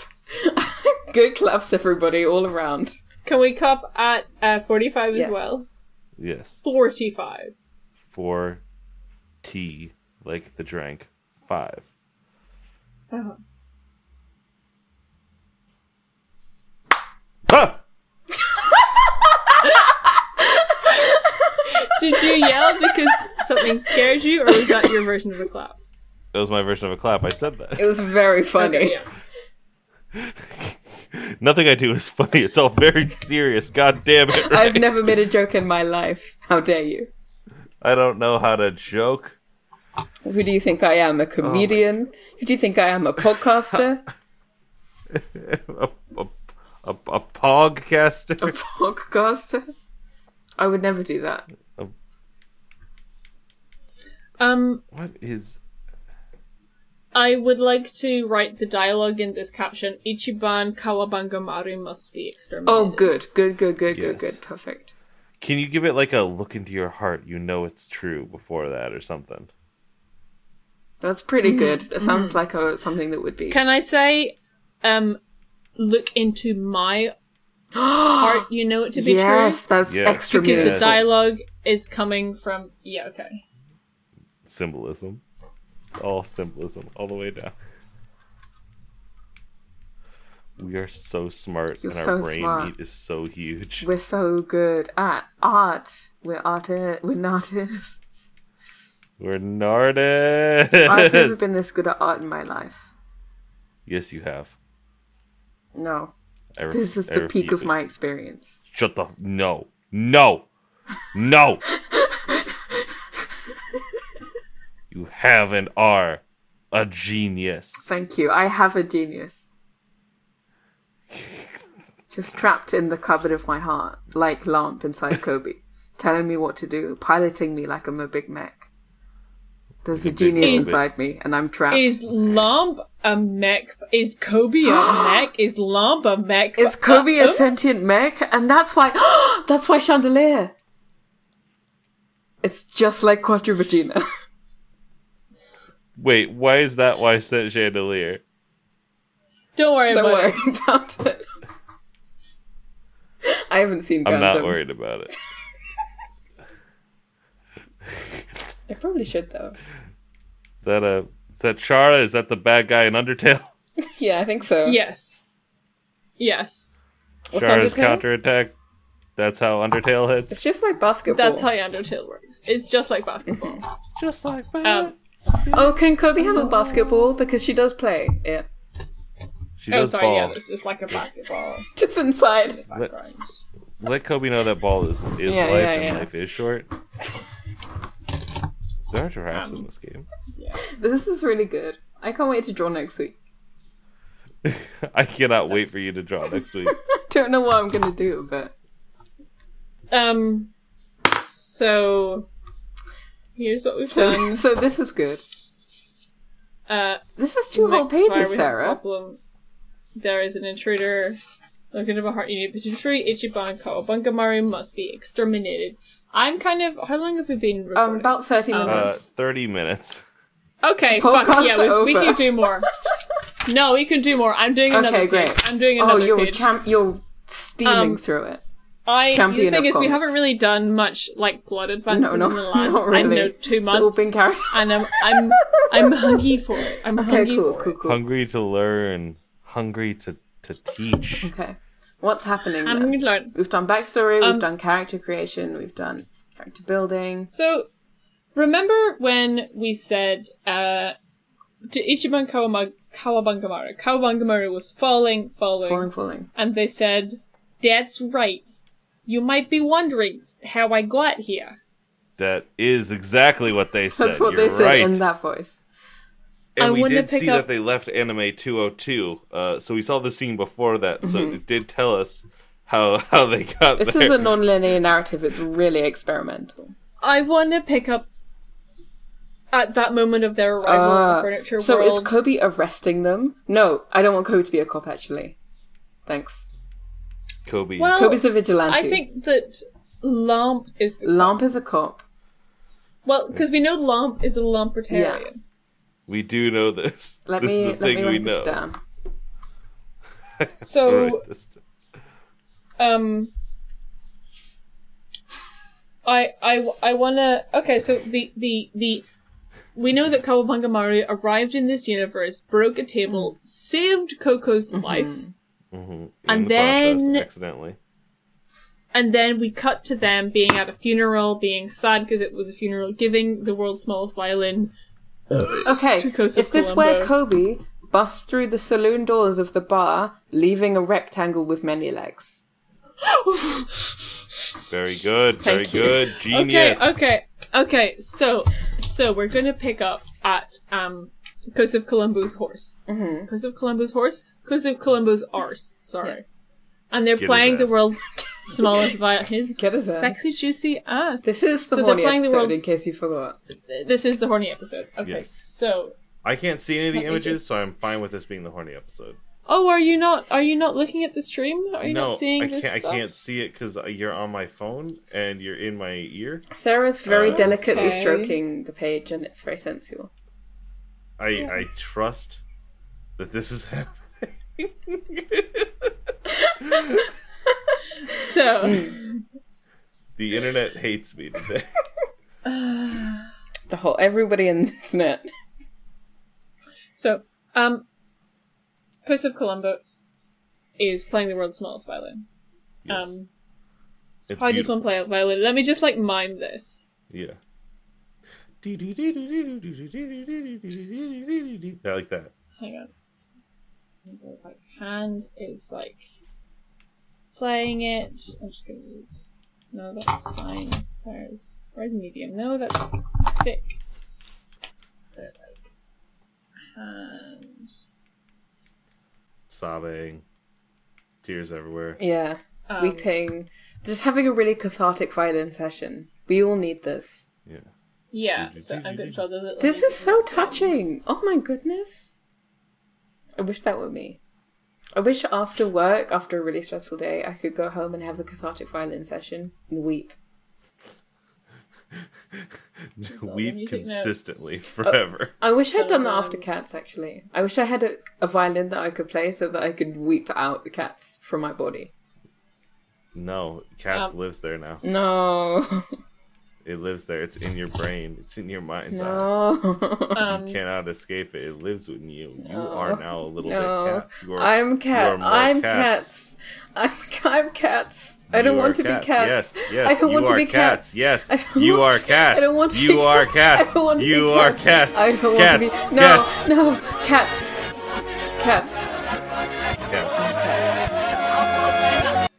Speaker 5: Good claps, everybody, all around.
Speaker 3: Can we cup at uh, 45
Speaker 5: Yes.
Speaker 3: as well?
Speaker 1: Yes.
Speaker 3: 45.
Speaker 1: Four T, like the drank. Five.
Speaker 5: Uh-huh.
Speaker 1: Ha!
Speaker 3: Did you yell because something scared you, or was that your version of a clap?
Speaker 1: That was my version of a clap. I said that.
Speaker 5: It was very funny.
Speaker 3: Okay, yeah.
Speaker 1: Nothing I do is funny. It's all very serious. God damn it.
Speaker 5: I've
Speaker 1: Ray.
Speaker 5: never made a joke in my life. How dare you?
Speaker 1: I don't know how to joke.
Speaker 5: Who do you think I am? A comedian? Who do you think I am? A podcaster?
Speaker 1: A, a, a, a
Speaker 5: Oh.
Speaker 1: pogcaster?
Speaker 5: podcaster? I would never do that.
Speaker 3: Um,
Speaker 1: What is.
Speaker 3: I would like to write the dialogue in this caption. Ichiban Kawabangamaru must be exterminated.
Speaker 5: Oh, good, good, good, good,
Speaker 1: Yes.
Speaker 5: good, good, perfect.
Speaker 1: Can you give it like a look into your heart? You know it's true before that or something.
Speaker 5: That's pretty good. That sounds like a, something that would be.
Speaker 3: Mm. Can I say, um, look into my heart, you know it to be
Speaker 5: yes,
Speaker 3: true?
Speaker 5: that's
Speaker 1: Yes.
Speaker 5: extra
Speaker 3: Because
Speaker 1: Yes.
Speaker 3: the
Speaker 5: meaningful.
Speaker 3: dialogue is coming from. Yeah, okay.
Speaker 1: Symbolism. It's all symbolism, all the way down. We are so smart,
Speaker 5: You're
Speaker 1: and our
Speaker 5: so
Speaker 1: brain
Speaker 5: smart.
Speaker 1: meat is so huge.
Speaker 5: We're so good at art. We're artists. We're artists.
Speaker 1: We're an artist.
Speaker 5: I've never been this good at art in my life.
Speaker 1: Yes, you have.
Speaker 5: No,
Speaker 1: I ref-
Speaker 5: this is
Speaker 1: I
Speaker 5: the peak
Speaker 1: refute
Speaker 5: of
Speaker 1: it.
Speaker 5: my experience.
Speaker 1: Shut the no, no, no. you have and are a genius.
Speaker 5: Thank you. I have a genius. Just trapped in the cupboard of my heart, like Lamp inside Kobe, telling me what to do, piloting me like I'm a Big Mac. There's a
Speaker 1: Like a Big
Speaker 5: genius
Speaker 1: Mac.
Speaker 5: inside me, and I'm trapped. Is,
Speaker 3: Is Lamb a mech? Is Kobe a mech? Is Lamb a mech?
Speaker 5: Kobe a
Speaker 3: Um,
Speaker 5: sentient mech? And that's why, that's why Chandelier. It's just like Quadrivagina.
Speaker 1: Wait, why is that? Why sent chandelier?
Speaker 3: Don't worry
Speaker 5: Don't
Speaker 3: about
Speaker 5: worry
Speaker 3: it.
Speaker 5: about it. I haven't seen Gundam.
Speaker 1: I'm not worried about it.
Speaker 5: I probably should though.
Speaker 1: Is that a is that Chara? Is that the bad guy in Undertale?
Speaker 5: Yeah, I think so.
Speaker 3: Yes. Yes.
Speaker 5: What's
Speaker 1: Chara's
Speaker 5: Undertale?
Speaker 1: counterattack. That's how Undertale
Speaker 5: It's
Speaker 1: hits.
Speaker 5: just like basketball.
Speaker 3: That's how Undertale works. It's just like basketball.
Speaker 1: Just like
Speaker 3: Um,
Speaker 5: Oh, can Kobe have a basketball because she does play it
Speaker 1: she
Speaker 3: oh,
Speaker 1: does
Speaker 3: sorry.
Speaker 1: fall.
Speaker 3: Yeah, it's just like a basketball
Speaker 5: just inside?
Speaker 3: background.
Speaker 1: Let Kobe know that ball is is
Speaker 5: Yeah,
Speaker 1: life
Speaker 5: yeah,
Speaker 1: and
Speaker 5: yeah.
Speaker 1: life is short. There are giraffes
Speaker 5: Um.
Speaker 1: in this game.
Speaker 5: This is really good. I can't wait to draw next week.
Speaker 1: I cannot wait for you to draw next week.
Speaker 5: Don't know what I'm gonna do, but
Speaker 3: Um. So. Here's what we've
Speaker 5: so,
Speaker 3: done.
Speaker 5: um, so this is good.
Speaker 3: Uh,
Speaker 5: This is two whole
Speaker 3: Next fire, we have
Speaker 5: pages,
Speaker 3: a
Speaker 5: Sarah.
Speaker 3: problem. There is an intruder. Look into my heart, you need to free. Ichiban Kawabangamaru must be exterminated. I'm kind of. How long have we been
Speaker 5: Um,
Speaker 3: recording?
Speaker 5: about thirty
Speaker 3: Um,
Speaker 1: Uh,
Speaker 5: minutes.
Speaker 1: Thirty minutes.
Speaker 3: okay,
Speaker 5: Podcast's
Speaker 3: fuck yeah, we, we
Speaker 5: over.
Speaker 3: can do more. no, we can do more. I'm doing
Speaker 1: Uh,
Speaker 3: another
Speaker 5: okay,
Speaker 3: page.
Speaker 5: great.
Speaker 3: I'm doing
Speaker 5: Oh,
Speaker 3: another
Speaker 5: you're
Speaker 3: page.
Speaker 5: champ. You're steaming
Speaker 3: Um,
Speaker 5: through it.
Speaker 3: I
Speaker 5: champion
Speaker 3: the thing
Speaker 5: of
Speaker 3: is we haven't
Speaker 5: comics.
Speaker 3: really done much like blood
Speaker 5: No,
Speaker 3: advancement
Speaker 5: no,
Speaker 3: in the last
Speaker 5: not really.
Speaker 3: I don't know two
Speaker 5: It's all
Speaker 3: months.
Speaker 5: been carried.
Speaker 3: and I'm I'm I'm hungry for it. I'm
Speaker 5: Okay,
Speaker 3: hungry
Speaker 5: cool,
Speaker 3: for
Speaker 5: cool,
Speaker 3: it.
Speaker 5: cool.
Speaker 1: Hungry to learn. Hungry to to teach.
Speaker 5: Okay, what's happening?
Speaker 3: I'm
Speaker 5: then?
Speaker 3: going to learn.
Speaker 5: We've done backstory,
Speaker 3: Um,
Speaker 5: we've done character creation, we've done character building.
Speaker 3: So, remember when we said uh, to Ichiban Kawama- Kawabangamaru? Kawabangamaru was falling, falling,
Speaker 5: Falling, falling.
Speaker 3: and they said, "That's right. You might be wondering how I got here."
Speaker 1: That is exactly what they said.
Speaker 5: That's what
Speaker 1: You're
Speaker 5: they said
Speaker 1: right.
Speaker 5: in that voice.
Speaker 3: I
Speaker 1: and we
Speaker 3: wanna
Speaker 1: did
Speaker 3: pick
Speaker 1: see
Speaker 3: up-
Speaker 1: that they left anime 202 uh, so we saw the scene before that so
Speaker 3: Mm-hmm.
Speaker 1: it did tell us how how they got
Speaker 5: This
Speaker 1: there.
Speaker 5: is a non-linear narrative. It's really experimental.
Speaker 3: I want to pick up at that moment of their arrival in
Speaker 5: Ah,
Speaker 3: the furniture
Speaker 5: so
Speaker 3: world.
Speaker 5: is Kobe arresting them? No, I don't want Kobe to be a cop. Actually, thanks.
Speaker 1: kobe
Speaker 3: Well-
Speaker 5: Kobe's a vigilante.
Speaker 3: I think that Lamp is the,
Speaker 5: Lamp is a cop.
Speaker 3: well because we know Lamp is a Lampertarian.
Speaker 1: we do know this
Speaker 5: Let
Speaker 1: this
Speaker 5: me
Speaker 1: is the
Speaker 5: let
Speaker 1: thing
Speaker 5: me
Speaker 1: we
Speaker 5: write
Speaker 1: know
Speaker 5: this down.
Speaker 3: So,
Speaker 1: Right, this-
Speaker 3: um, I I I wanna. Okay, so the the the. We know that Kawabanga Maru arrived in this universe, broke a table, saved Coco's life,
Speaker 1: Mhm.
Speaker 3: And
Speaker 1: In the process,
Speaker 3: then-
Speaker 1: accidentally.
Speaker 3: and then we cut to them being at a funeral, being sad because it was a funeral, giving the world's smallest violin.
Speaker 5: Okay,
Speaker 3: To Coast
Speaker 5: is
Speaker 3: of
Speaker 5: this where
Speaker 3: Colombo.
Speaker 5: Kobe busts through the saloon doors of the bar, leaving a rectangle with many legs?
Speaker 1: Very good. Very
Speaker 5: Thank you.
Speaker 1: good. Genius.
Speaker 3: Okay, okay, okay. So, so we're gonna pick up at um, because of Columbo's horse, because
Speaker 5: Mm-hmm.
Speaker 3: of Columbo's horse, because of Columbo's arse. Sorry, and they're
Speaker 1: Get his
Speaker 3: playing the
Speaker 1: ass.
Speaker 3: world's smallest violin. His
Speaker 5: Get his ass.
Speaker 3: sexy, juicy ass.
Speaker 5: This is
Speaker 3: So
Speaker 5: the
Speaker 3: they're
Speaker 5: horny
Speaker 3: playing the
Speaker 5: episode,
Speaker 3: world's-
Speaker 5: in case you forgot.
Speaker 3: This is the horny episode. Okay,
Speaker 1: Yes.
Speaker 3: so
Speaker 1: I can't see any of the
Speaker 3: Let me
Speaker 1: images,
Speaker 3: just-
Speaker 1: so I'm fine with this being the horny episode.
Speaker 3: oh, are you not? Are you not looking at the stream? Are you
Speaker 1: no,
Speaker 3: not seeing
Speaker 1: I
Speaker 3: this
Speaker 1: can't. I
Speaker 3: stuff?
Speaker 1: can't see it because you're on my phone and you're in my ear.
Speaker 5: Sarah's very
Speaker 1: Uh,
Speaker 5: delicately
Speaker 3: Okay.
Speaker 5: stroking the page, and it's very sensual.
Speaker 1: I
Speaker 3: Oh.
Speaker 1: I trust that this is happening.
Speaker 3: So.
Speaker 5: Mm.
Speaker 1: The internet hates me today.
Speaker 5: The whole everybody in the internet.
Speaker 3: So, um, Chris of Colombo is playing the world's smallest violin.
Speaker 1: Yes.
Speaker 3: Um,
Speaker 1: It's
Speaker 3: I just want to play a violin. Let me just like mime this.
Speaker 1: beautiful. Yeah. I like that.
Speaker 3: Hang on. The right hand is like playing it. I'm just gonna use. No, that's fine. Where's where's medium? No, that's thick. The, like, hand.
Speaker 1: Sobbing, tears everywhere.
Speaker 5: Yeah,
Speaker 3: Um,
Speaker 5: weeping. Just having a really cathartic violin session. We all need this.
Speaker 1: Yeah.
Speaker 3: Yeah. So I'm gonna draw the little.
Speaker 5: This is so touching. Oh my goodness. I wish that were me. I wish after work, after a really stressful day, I could go home and have a cathartic violin session and weep.
Speaker 3: all the
Speaker 1: Weep
Speaker 3: music notes. Oh.
Speaker 1: consistently forever.
Speaker 5: I wish I'd done that
Speaker 3: So, um,
Speaker 5: after cats, actually. I wish I had a, a violin that I could play so that I could weep out the cats from my body.
Speaker 1: No, cats
Speaker 3: Um,
Speaker 1: lives there now.
Speaker 5: No.
Speaker 1: It lives there. It's in your brain. It's in your mind's eye.
Speaker 5: No.
Speaker 3: Um,
Speaker 1: You cannot escape it. It lives within you. You are now a little bit
Speaker 5: No.
Speaker 1: cats. You are,
Speaker 5: I'm
Speaker 1: you are
Speaker 5: cat.
Speaker 1: more
Speaker 5: I'm cats. I'm, I'm cats. I don't
Speaker 1: You
Speaker 5: want
Speaker 1: are
Speaker 5: to be cats.
Speaker 1: Yes, yes.
Speaker 5: I don't
Speaker 1: you
Speaker 5: want
Speaker 1: are
Speaker 5: to be
Speaker 1: cats.
Speaker 5: cats.
Speaker 1: Yes,
Speaker 5: I don't
Speaker 1: you
Speaker 5: want
Speaker 1: are
Speaker 5: to-
Speaker 1: cats.
Speaker 5: I don't want to
Speaker 1: you
Speaker 5: be
Speaker 1: are
Speaker 5: cats.
Speaker 1: cats.
Speaker 5: I don't want to
Speaker 1: you
Speaker 5: be
Speaker 1: are
Speaker 5: cats.
Speaker 1: cats.
Speaker 5: I don't want
Speaker 1: cats.
Speaker 5: to be. No,
Speaker 1: Cats.
Speaker 5: no, cats, cats.
Speaker 1: Cats.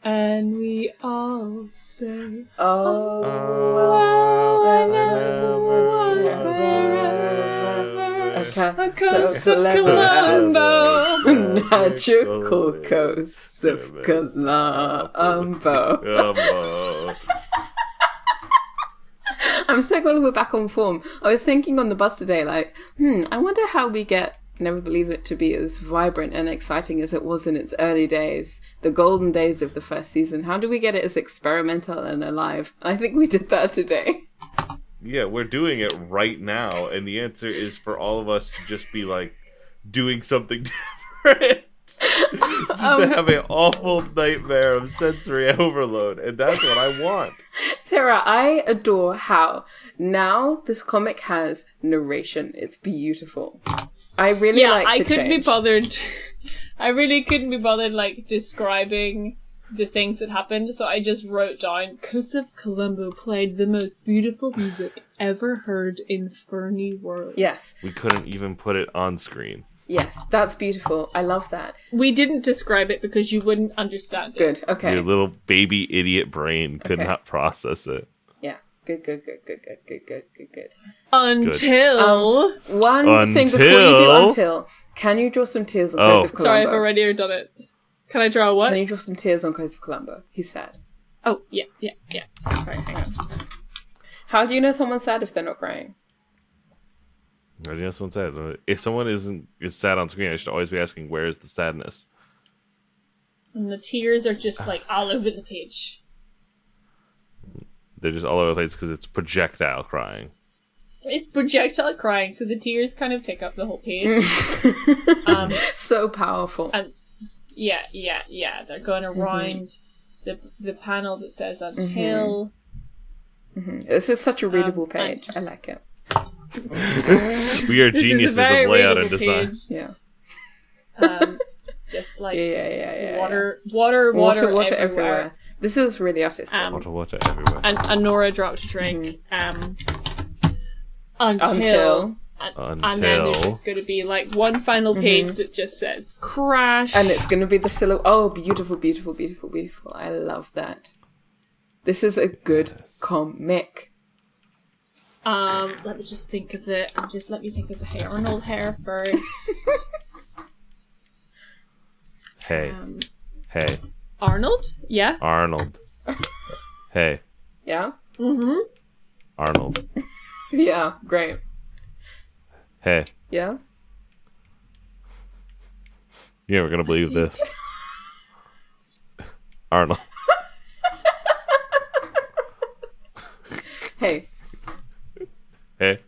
Speaker 3: And we all say,
Speaker 5: Oh,
Speaker 1: Oh,
Speaker 3: I
Speaker 1: I
Speaker 3: never
Speaker 1: never
Speaker 3: was
Speaker 1: there
Speaker 5: a
Speaker 1: ever.
Speaker 5: cat a
Speaker 3: coast
Speaker 5: so
Speaker 3: of
Speaker 5: clever.
Speaker 1: Colombo.
Speaker 5: magical coast of Colombo.
Speaker 1: Colombo.
Speaker 5: I'm so glad we're back on form. I was thinking on the bus today, like, hmm, I wonder how we get Never Believe It to be as vibrant and exciting as it was in its early days, the golden days of the first season. How do we get it as experimental and alive? I think we did that today.
Speaker 1: Yeah, we're doing it right now, and the answer is for all of us to just be like doing something different. just to
Speaker 3: Um,
Speaker 1: have an awful nightmare of sensory overload, and that's what I want.
Speaker 5: Sarah, I adore how now this comic has narration. It's beautiful. I really
Speaker 3: Yeah,
Speaker 5: like
Speaker 3: I
Speaker 5: the
Speaker 3: couldn't be
Speaker 5: change.
Speaker 3: bothered. I really couldn't be bothered, like, describing the things that happened, so I just wrote down, Coast of Colombo played the most beautiful music ever heard in Ferny World.
Speaker 5: Yes,
Speaker 1: We couldn't even put it on screen.
Speaker 5: yes, that's beautiful. I love that.
Speaker 3: We didn't describe it because you wouldn't understand it.
Speaker 5: Good. Okay.
Speaker 1: Your little baby idiot brain could
Speaker 5: Okay.
Speaker 1: not process it.
Speaker 5: Yeah. Good, good, good, good, good, good, good, good, good.
Speaker 3: Until...
Speaker 5: One thing before you do
Speaker 1: Until-
Speaker 5: until, can you draw some tears on
Speaker 1: Oh.
Speaker 5: Coast of Colombo?
Speaker 3: Sorry, I've already done it. Can I draw a what?
Speaker 5: Can you draw some tears on Coast of Colombo? He's sad.
Speaker 3: Oh, yeah, yeah, yeah. Sorry, sorry, hang on.
Speaker 5: How do you know someone's sad if they're not crying?
Speaker 1: I think that's what I said. If someone isn't is sad on screen, I should always be asking, "Where is the sadness?"
Speaker 3: And the tears are just, like, all over the page.
Speaker 1: They're just all over the place because it's projectile crying.
Speaker 3: It's projectile crying, so the tears kind of take up the whole page. um,
Speaker 5: So powerful.
Speaker 3: and yeah, yeah, yeah, they're going
Speaker 5: Mm-hmm.
Speaker 3: around the the panel that says until.
Speaker 5: This is such a readable
Speaker 3: Um,
Speaker 5: page. I like it.
Speaker 1: We are
Speaker 3: This is a
Speaker 1: geniuses
Speaker 3: very
Speaker 1: of layout and
Speaker 3: readable
Speaker 1: design.
Speaker 3: page,
Speaker 5: Yeah.
Speaker 3: Um, just like
Speaker 5: Yeah, yeah, yeah, yeah.
Speaker 3: water, water, water,
Speaker 5: water, water everywhere.
Speaker 3: everywhere.
Speaker 5: This is really artistic.
Speaker 3: Um,
Speaker 1: Water, water everywhere.
Speaker 3: and, and Nora dropped a drink. Um, until,
Speaker 5: Mm-hmm. Until. Mm-hmm.
Speaker 3: and, and then there's
Speaker 1: Until.
Speaker 3: just going to be like one final page that just says crash.
Speaker 5: and it's going to be the silhouette. Oh, beautiful, beautiful, beautiful, beautiful. I love that. This is a good comic.
Speaker 3: um, let me just think of the. Um, just let me think of the hair. Arnold hair first.
Speaker 1: hey,
Speaker 3: um,
Speaker 1: hey,
Speaker 3: Arnold, yeah.
Speaker 1: Arnold. hey,
Speaker 5: Yeah?
Speaker 1: Arnold.
Speaker 5: Yeah, great.
Speaker 1: Hey,
Speaker 5: Yeah?
Speaker 1: you're never gonna believe this, Arnold.
Speaker 5: Hey.
Speaker 1: Hey,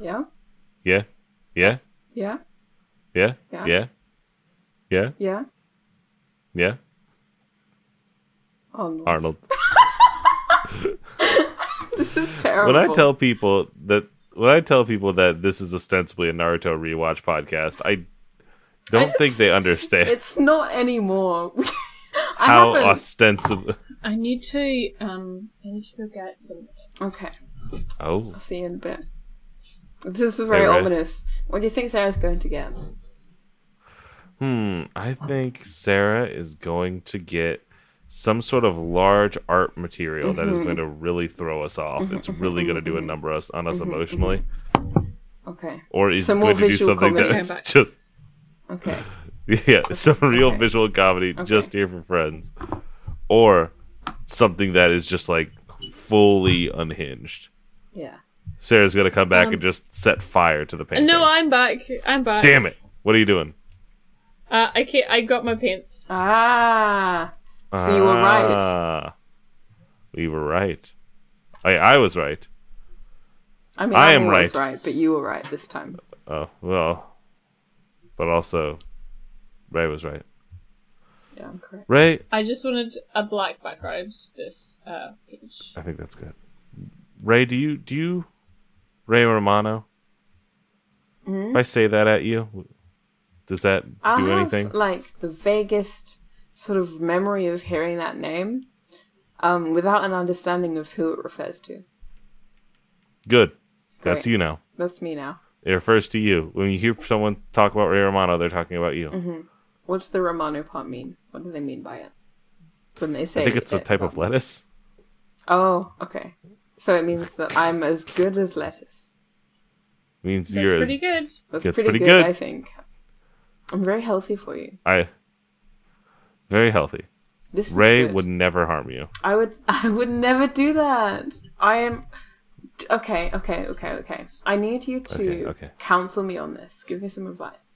Speaker 5: Yeah?
Speaker 1: yeah, yeah,
Speaker 5: Yeah?
Speaker 1: yeah,
Speaker 5: Yeah.
Speaker 1: yeah, yeah,
Speaker 5: Yeah?
Speaker 1: yeah,
Speaker 5: Arnold.
Speaker 1: Arnold.
Speaker 5: This is terrible.
Speaker 1: When I tell people that when I tell people that this is ostensibly a Naruto rewatch podcast, I don't think they understand
Speaker 5: It's not anymore. I
Speaker 1: how
Speaker 5: haven't.
Speaker 1: ostensibly.
Speaker 3: I need to. Um, I need to go get some.
Speaker 5: Okay,
Speaker 1: Oh,
Speaker 5: I'll see you in a bit. This is very
Speaker 1: Ray.
Speaker 5: ominous. What do you think Sarah's going to get?
Speaker 1: hmm. I think Sarah is going to get some sort of large art material that
Speaker 5: Mm-hmm.
Speaker 1: is going to really throw us off. It's really going to do a number us on us emotionally,
Speaker 5: Okay,
Speaker 1: or is
Speaker 5: Mm-hmm, Some more
Speaker 1: going to do
Speaker 5: visual
Speaker 1: something
Speaker 5: comedy.
Speaker 1: that's just
Speaker 5: okay.
Speaker 1: Yeah, some real
Speaker 5: okay.
Speaker 1: visual comedy just here for friends. Or something that is just like fully unhinged.
Speaker 5: Yeah. Um,
Speaker 1: Sarah's gonna come back and just set fire to the painting.
Speaker 3: No, I'm back. I'm back.
Speaker 1: Damn it. What are you doing?
Speaker 3: Uh, I can't. I got my pants.
Speaker 5: Ah. So you were right.
Speaker 1: Ah, We were right. I I was right.
Speaker 5: I mean,
Speaker 1: I
Speaker 5: I
Speaker 1: am
Speaker 5: am always
Speaker 1: right.
Speaker 5: right. but you were right this time.
Speaker 1: Oh well. But also Ray was right.
Speaker 5: Yeah, I'm correct.
Speaker 1: Ray
Speaker 3: I just wanted a black background to this uh, page.
Speaker 1: I think that's good. Ray, do you do you Ray Romano? If I say that at you, does that
Speaker 5: I
Speaker 1: do
Speaker 5: Mm-hmm. have
Speaker 1: anything?
Speaker 5: like the vaguest sort of memory of hearing that name, um, without an understanding of who it refers to.
Speaker 1: Good. That's
Speaker 5: Great.
Speaker 1: you now.
Speaker 5: That's me now.
Speaker 1: It refers to you. When you hear someone talk about Ray Romano, they're talking about you.
Speaker 5: Mm-hmm. What's the Romano part mean? What do they mean by it? When they say
Speaker 1: I think it's a
Speaker 5: it,
Speaker 1: type of
Speaker 5: um,
Speaker 1: lettuce.
Speaker 5: Oh, okay. So it means that I'm as good as lettuce.
Speaker 1: means
Speaker 3: That's
Speaker 1: you're.
Speaker 3: pretty good.
Speaker 5: That's
Speaker 1: That's
Speaker 5: pretty,
Speaker 1: pretty
Speaker 5: good,
Speaker 1: good.
Speaker 5: I think. I'm very healthy for you.
Speaker 1: I. Very healthy.
Speaker 5: This
Speaker 1: Ray
Speaker 5: is good.
Speaker 1: would never harm you.
Speaker 5: I would I would never do that. I am okay, okay, okay, okay. I need you to
Speaker 1: Okay, okay.
Speaker 5: counsel me on this. Give me some advice.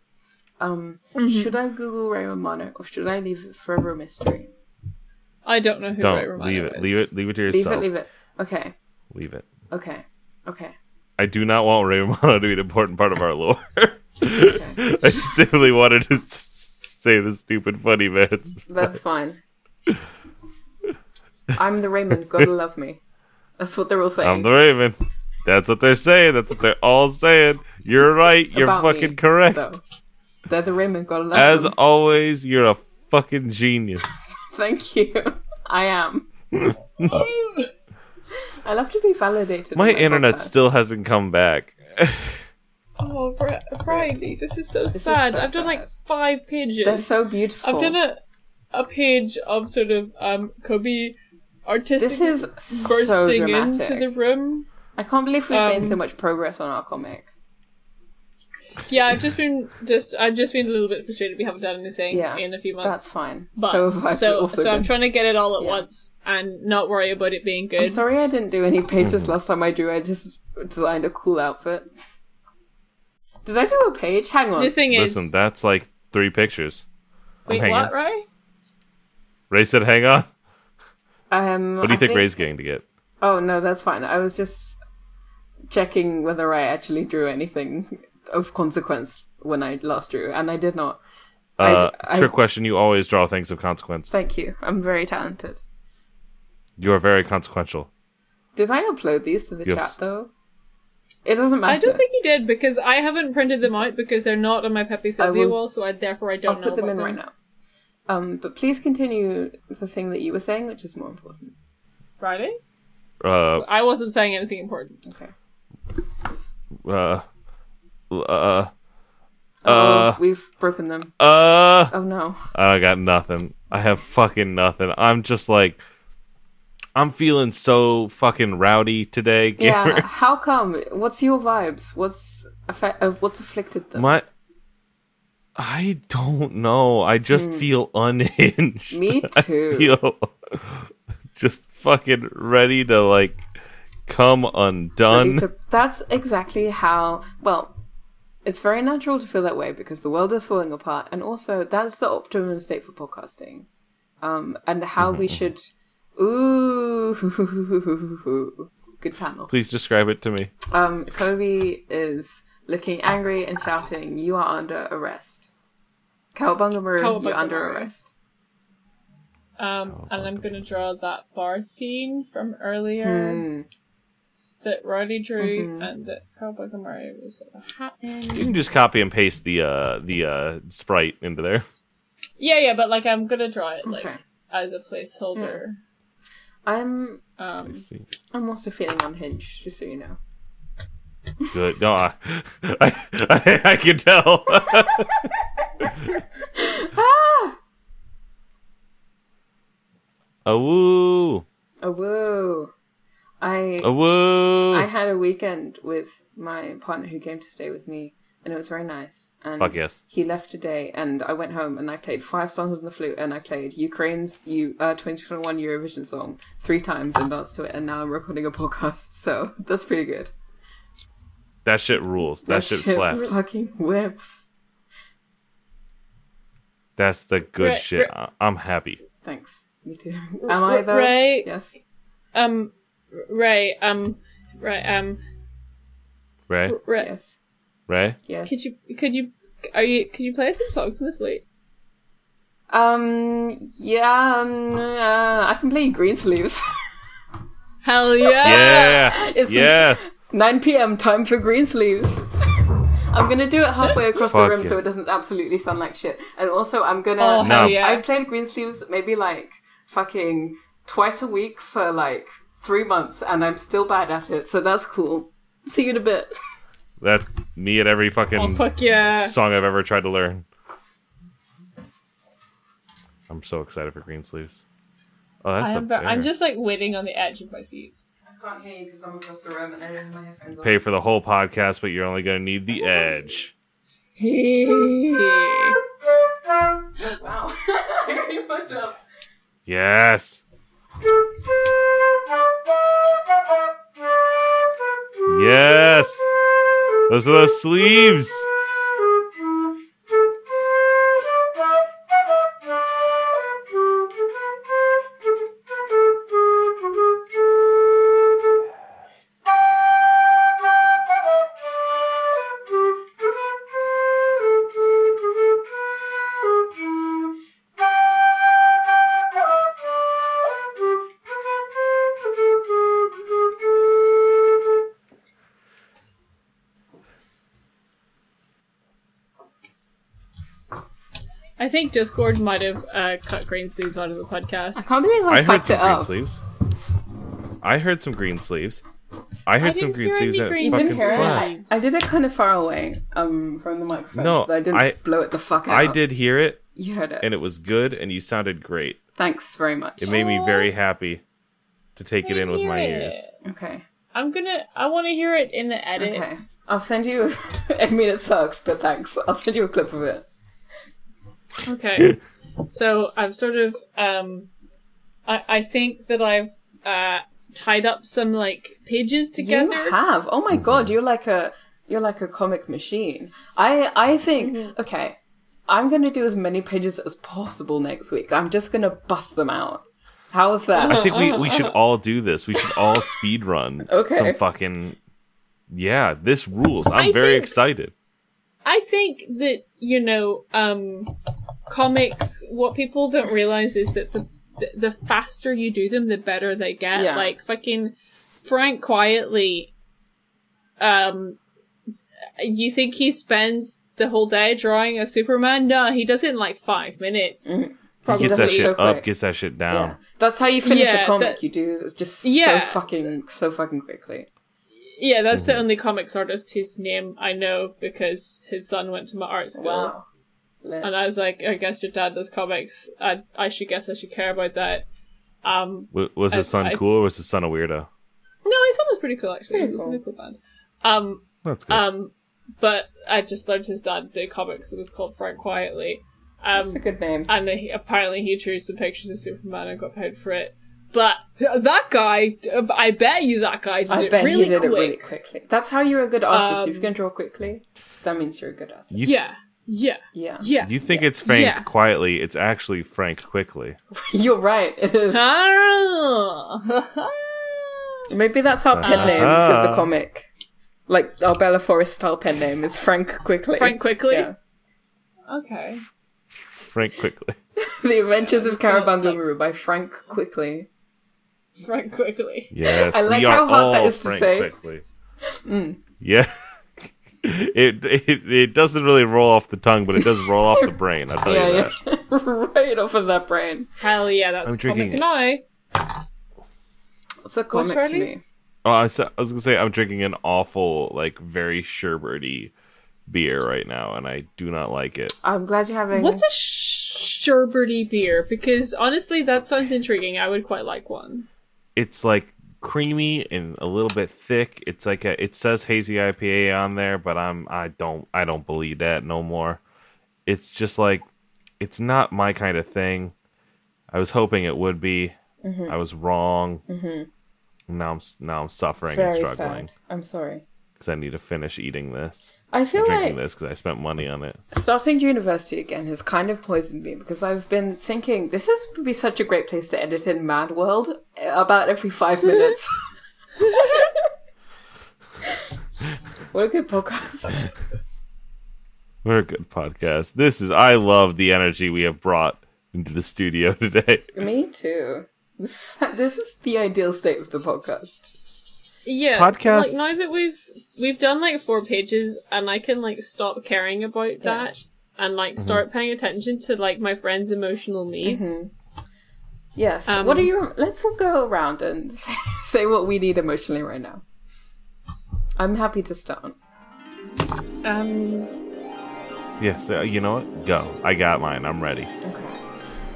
Speaker 5: Um, should I Google Ray Romano or should I leave it forever a mystery?
Speaker 3: I don't know who Ray
Speaker 1: Don't
Speaker 3: Romano
Speaker 1: leave it.
Speaker 3: is.
Speaker 1: Leave it. Leave it to
Speaker 5: Leave
Speaker 1: yourself.
Speaker 5: it, leave it. Okay,
Speaker 1: Leave it.
Speaker 5: okay, okay.
Speaker 1: I do not want Ray Romano to be an important part of our lore. I simply wanted to s- say the stupid funny bits.
Speaker 5: That's fine. I'm the Raymond. Gotta love me. That's what they're all saying.
Speaker 1: I'm the Raven. That's what they're saying. That's what they're all saying. You're right. You're
Speaker 5: About me,
Speaker 1: fucking correct.
Speaker 5: though. They're the Raymond. Gotta love
Speaker 1: As
Speaker 5: them.
Speaker 1: always, you're a fucking genius.
Speaker 5: Oh Thank you. I am. I love to be validated. on
Speaker 1: My internet
Speaker 5: podcast.
Speaker 1: still hasn't come back.
Speaker 3: Oh, Bri- Briley, this is so
Speaker 5: is
Speaker 3: sad.
Speaker 5: so
Speaker 3: I've done like
Speaker 5: sad.
Speaker 3: five pages.
Speaker 5: They're so beautiful.
Speaker 3: I've done a, a page of sort of um Kobe artistic
Speaker 5: This is
Speaker 3: bursting
Speaker 5: so dramatic.
Speaker 3: into the room.
Speaker 5: I can't believe we've made
Speaker 3: um,
Speaker 5: so much progress on our comic.
Speaker 3: Yeah, I've just been just I've just been a little bit frustrated we haven't done anything
Speaker 5: Yeah,
Speaker 3: in a few months.
Speaker 5: That's fine.
Speaker 3: But
Speaker 5: so have I
Speaker 3: so,
Speaker 5: also
Speaker 3: so I'm
Speaker 5: been-
Speaker 3: trying to get it all at
Speaker 5: Yeah.
Speaker 3: once and not worry about it being
Speaker 5: I'm
Speaker 3: good.
Speaker 5: sorry I didn't do any pages
Speaker 1: Mm-hmm.
Speaker 5: last time I drew. I just designed a cool outfit. Did I do a page? Hang on.
Speaker 3: The thing is,
Speaker 1: Listen, that's like three pictures.
Speaker 3: wait,
Speaker 1: hanging.
Speaker 3: what, Ray?
Speaker 1: Ray said, hang on.
Speaker 5: um,
Speaker 1: What do you
Speaker 5: I
Speaker 1: think, Ray's going to get?
Speaker 5: Oh no, that's fine. I was just checking whether I actually drew anything of consequence when I last drew, and I did not.
Speaker 1: Uh,
Speaker 5: I- I-
Speaker 1: trick question: You always draw things of consequence.
Speaker 5: Thank you. I'm very talented.
Speaker 1: You are very consequential.
Speaker 5: Did I upload these to the
Speaker 1: Yes.
Speaker 5: chat though? It doesn't matter.
Speaker 3: I don't think you did because I haven't printed them out because they're not on my Pepe Sylvia
Speaker 5: will-
Speaker 3: wall, so I therefore I
Speaker 5: I'll
Speaker 3: don't know
Speaker 5: put them
Speaker 3: about
Speaker 5: in right now. Um, but please continue the thing that you were saying, which is more important.
Speaker 3: Friday?
Speaker 1: Uh,
Speaker 3: I wasn't saying anything important.
Speaker 5: Okay.
Speaker 1: uh, uh,
Speaker 5: Oh,
Speaker 1: Uh.
Speaker 5: we've broken them.
Speaker 1: uh.
Speaker 5: Oh no.
Speaker 1: I got nothing. I have fucking nothing. I'm just like, I'm feeling so fucking rowdy today. Gamer.
Speaker 5: Yeah. How come? What's your vibes? What's affect? Uh, what's afflicted them?
Speaker 1: My, I don't know. I just feel unhinged.
Speaker 5: Hmm. Me
Speaker 1: I
Speaker 5: too.
Speaker 1: feel just fucking ready to like come undone.
Speaker 5: ready to- that's exactly how. Well, it's very natural to feel that way because the world is falling apart, and also that's the optimum state for podcasting, um, and how we should. Ooh, good panel.
Speaker 1: Please describe it to me.
Speaker 5: Um, Kobe is looking angry and shouting, "You are under arrest, Cowabunga Maru! You're
Speaker 3: Cowabunga
Speaker 5: under
Speaker 3: Maru.
Speaker 5: arrest."
Speaker 3: Um,
Speaker 5: Oh,
Speaker 3: and I'm gonna draw that bar scene from earlier
Speaker 5: Hmm.
Speaker 3: that Roddy drew
Speaker 5: Mm-hmm.
Speaker 3: and that Cowabunga Mario was
Speaker 1: You
Speaker 3: happening.
Speaker 1: can just copy and paste the uh the uh sprite into there.
Speaker 3: Yeah, yeah, but like I'm gonna draw it like
Speaker 5: Okay.
Speaker 3: as a placeholder.
Speaker 5: I'm.
Speaker 3: Um,
Speaker 1: Let's see.
Speaker 5: I'm also feeling unhinged, just so you know.
Speaker 1: Good. No, I, I, I, can tell.
Speaker 5: Ah!
Speaker 1: a woo,
Speaker 5: Oh, whoa! I.
Speaker 1: a woo.
Speaker 5: I had a weekend with my partner who came to stay with me, and it was very nice. And
Speaker 1: Fuck yes.
Speaker 5: he left today, and I went home and I played five songs on the flute, and I played Ukraine's U- uh, 2021 Eurovision song three times and danced to it, and now I'm recording a podcast, so that's pretty good.
Speaker 1: That shit rules. That, shit, slaps.
Speaker 5: Fucking whips.
Speaker 1: That's the good
Speaker 3: Right,
Speaker 1: shit.
Speaker 3: right.
Speaker 1: I, I'm happy.
Speaker 5: Thanks. Me too. Am I though?
Speaker 3: Right.
Speaker 5: Yes.
Speaker 3: um, Ray, um, Ray, um,
Speaker 1: Right,
Speaker 3: Ray,
Speaker 5: Yes.
Speaker 1: right.
Speaker 5: Yes.
Speaker 3: could you, could you, are you, could you play some songs in the fleet?
Speaker 5: Um. Yeah. Um, uh, I can play Green Sleeves.
Speaker 3: Hell yeah!
Speaker 1: Yeah.
Speaker 5: It's-
Speaker 1: yes.
Speaker 5: 9 p.m. time for green sleeves. I'm gonna do it halfway across the
Speaker 1: Fuck
Speaker 5: room
Speaker 1: yeah.
Speaker 5: so it doesn't absolutely sound like shit. And also, I'm
Speaker 3: Oh,
Speaker 5: gonna.
Speaker 1: No.
Speaker 3: hell yeah.
Speaker 5: I've played green sleeves maybe like fucking twice a week for like three months, and I'm still bad at it. So that's cool. See you in a bit.
Speaker 1: That me at every
Speaker 3: oh,
Speaker 1: fucking
Speaker 3: fuck yeah.
Speaker 1: song I've ever tried to learn. I'm so excited for green sleeves. Oh, that's
Speaker 3: I
Speaker 1: up
Speaker 3: am, ver-
Speaker 1: there.
Speaker 3: I'm just like waiting on the edge of my seat.
Speaker 5: I can't hear you because I'm across the room and I don't have my headphones on.
Speaker 1: pay for the whole podcast, but you're only gonna need the edge.
Speaker 5: Wow. I really fucked up.
Speaker 1: Yes. Yes. Those are those sleeves.
Speaker 3: I think Discord might have uh, cut green sleeves out of the
Speaker 5: I
Speaker 3: podcast.
Speaker 5: can't believe I,
Speaker 1: I heard
Speaker 5: fucked
Speaker 1: some
Speaker 5: it
Speaker 1: green
Speaker 5: up.
Speaker 1: sleeves. I heard some green sleeves. I heard some
Speaker 3: didn't
Speaker 1: green
Speaker 3: hear
Speaker 1: sleeves
Speaker 3: any
Speaker 1: and
Speaker 3: green
Speaker 1: it
Speaker 5: You
Speaker 1: fucking
Speaker 5: didn't hear it?
Speaker 1: slapped.
Speaker 5: I, I did it kind of far away um, from the microphone,
Speaker 1: No,
Speaker 5: so I didn't
Speaker 1: I-
Speaker 5: blow it the fuck out.
Speaker 1: I did hear it
Speaker 5: You heard it.
Speaker 1: and it was good and you sounded great.
Speaker 5: Thanks very much.
Speaker 1: It made me very happy to take it in with my
Speaker 3: Hear
Speaker 1: ears.
Speaker 3: it.
Speaker 5: Okay.
Speaker 3: I'm gonna. I want to hear it in the edit.
Speaker 5: Okay. I'll send you. I mean, it sucked, but thanks. I'll send you a clip of it.
Speaker 3: Okay. so I've sort of um I I think that I've uh tied up some like pages together.
Speaker 5: You have. Oh my god, you're like a you're like a comic machine. I I think
Speaker 3: Mm-hmm.
Speaker 5: okay. I'm gonna do as many pages as possible next week. I'm just gonna bust them out. How's that?
Speaker 3: Oh.
Speaker 1: I think we, we should all do this. We should all speed run
Speaker 5: Okay.
Speaker 1: some fucking yeah, this rules. I'm
Speaker 3: I
Speaker 1: very
Speaker 3: think-
Speaker 1: excited.
Speaker 3: I think that you know, um, comics. What people don't realize is that the the- the faster you do them, the better they get.
Speaker 5: Yeah.
Speaker 3: Like fucking Frank quietly. Um, you think he spends the whole day drawing a Superman? No, he does it in like five minutes.
Speaker 1: He
Speaker 5: Probably
Speaker 1: gets that
Speaker 5: does it
Speaker 1: shit
Speaker 5: so
Speaker 1: up,
Speaker 5: quick.
Speaker 1: gets that shit
Speaker 5: Yeah.
Speaker 1: down.
Speaker 5: That's how you finish
Speaker 3: Yeah,
Speaker 5: a comic.
Speaker 3: that-
Speaker 5: You do it's just
Speaker 3: Yeah.
Speaker 5: so fucking so fucking quickly.
Speaker 3: Yeah, that's
Speaker 1: Mm-hmm.
Speaker 3: the only comics artist whose name I know because his son went to my art school.
Speaker 5: Wow. Lit.
Speaker 3: And I was like, I guess your dad does comics. I I should guess I should care about that. Um,
Speaker 1: W- was his
Speaker 3: I-
Speaker 1: son
Speaker 3: I-
Speaker 1: cool or was his son a weirdo?
Speaker 3: No, his song was pretty cool actually. It
Speaker 5: Pretty
Speaker 3: was
Speaker 5: cool.
Speaker 3: a cool band. Um,
Speaker 1: That's good.
Speaker 3: um, but I just learned his dad did comics. It was called Frank Quietly.
Speaker 5: That's
Speaker 3: Um,
Speaker 5: a good name.
Speaker 3: and he, apparently he drew some pictures of Superman and got paid for it. But th- that guy, I bet you that guy did,
Speaker 5: I
Speaker 3: it,
Speaker 5: bet
Speaker 3: really
Speaker 5: he did
Speaker 3: quick.
Speaker 5: it really quickly. That's how you're a good artist. if you
Speaker 3: Um,
Speaker 5: can draw quickly, that means you're a good artist.
Speaker 1: you, th-
Speaker 3: Yeah, yeah,
Speaker 5: Yeah.
Speaker 3: yeah.
Speaker 1: you think it's Frank
Speaker 3: Yeah.
Speaker 1: quietly, it's actually Frank quickly.
Speaker 5: You're right. It is.
Speaker 3: Ah.
Speaker 5: Maybe that's our pen name
Speaker 1: Uh-huh.
Speaker 5: for the comic. Like our Bella Forest style pen name is Frank Quickly.
Speaker 3: Frank Quickly?
Speaker 5: Yeah.
Speaker 3: okay.
Speaker 1: Frank quickly.
Speaker 5: The Adventures of
Speaker 3: Yeah, it's not like-
Speaker 5: Karabangamaru by Frank Quickly.
Speaker 3: Frank Quickly.
Speaker 1: Yes,
Speaker 5: I like
Speaker 1: we are
Speaker 5: how hard
Speaker 1: all
Speaker 5: that is to
Speaker 1: Frank
Speaker 5: say. Mm.
Speaker 1: quickly. Yeah. It, it it doesn't really roll off the tongue, but it does roll off the brain. I'll tell you
Speaker 5: Yeah,
Speaker 1: that.
Speaker 5: yeah. right off of that brain.
Speaker 3: Hell yeah, that's
Speaker 1: I'm
Speaker 3: comic
Speaker 1: drinking it.
Speaker 3: now.
Speaker 5: It's a comic to
Speaker 3: Charlie?
Speaker 5: me.
Speaker 1: Oh, I was, I was gonna say I'm drinking an awful, like very sherbety beer right now, and I do not like it.
Speaker 5: I'm glad you're having.
Speaker 3: What's a sh- sherbety beer? Because honestly, that sounds intriguing. I would quite like one.
Speaker 1: It's like creamy and a little bit thick. It's like a, it says hazy IPA on there, but I'm I don't I don't believe that no more. It's just like it's not my kind of thing. I was hoping it would be.
Speaker 5: Mm-hmm.
Speaker 1: I was wrong. Now I'm s- now I'm suffering and
Speaker 5: very
Speaker 1: struggling
Speaker 5: sad. I'm sorry.
Speaker 1: because I need to finish eating this,
Speaker 5: I feel
Speaker 1: drinking
Speaker 5: like
Speaker 1: this because I spent money on it.
Speaker 5: starting university again has kind of poisoned me because I've been thinking this is would be such a great place to edit in Mad World uh, about every five minutes. what a good podcast!
Speaker 1: We're a good podcast. This is I love the energy we have brought into the studio today.
Speaker 5: me too. This this is the ideal state of the podcast.
Speaker 3: Yeah,
Speaker 1: Podcasts-
Speaker 3: Like now that we've we've done like four pages, and I can like stop caring about that and
Speaker 1: Mm-hmm.
Speaker 3: like start paying attention to like my friend's emotional needs.
Speaker 5: Yes.
Speaker 3: Um,
Speaker 5: what are your? Let's all go around and say, say what we need emotionally right now. I'm happy to start.
Speaker 3: Um,
Speaker 1: Yes, uh, you know what? Go. I got mine. I'm ready.
Speaker 5: Okay.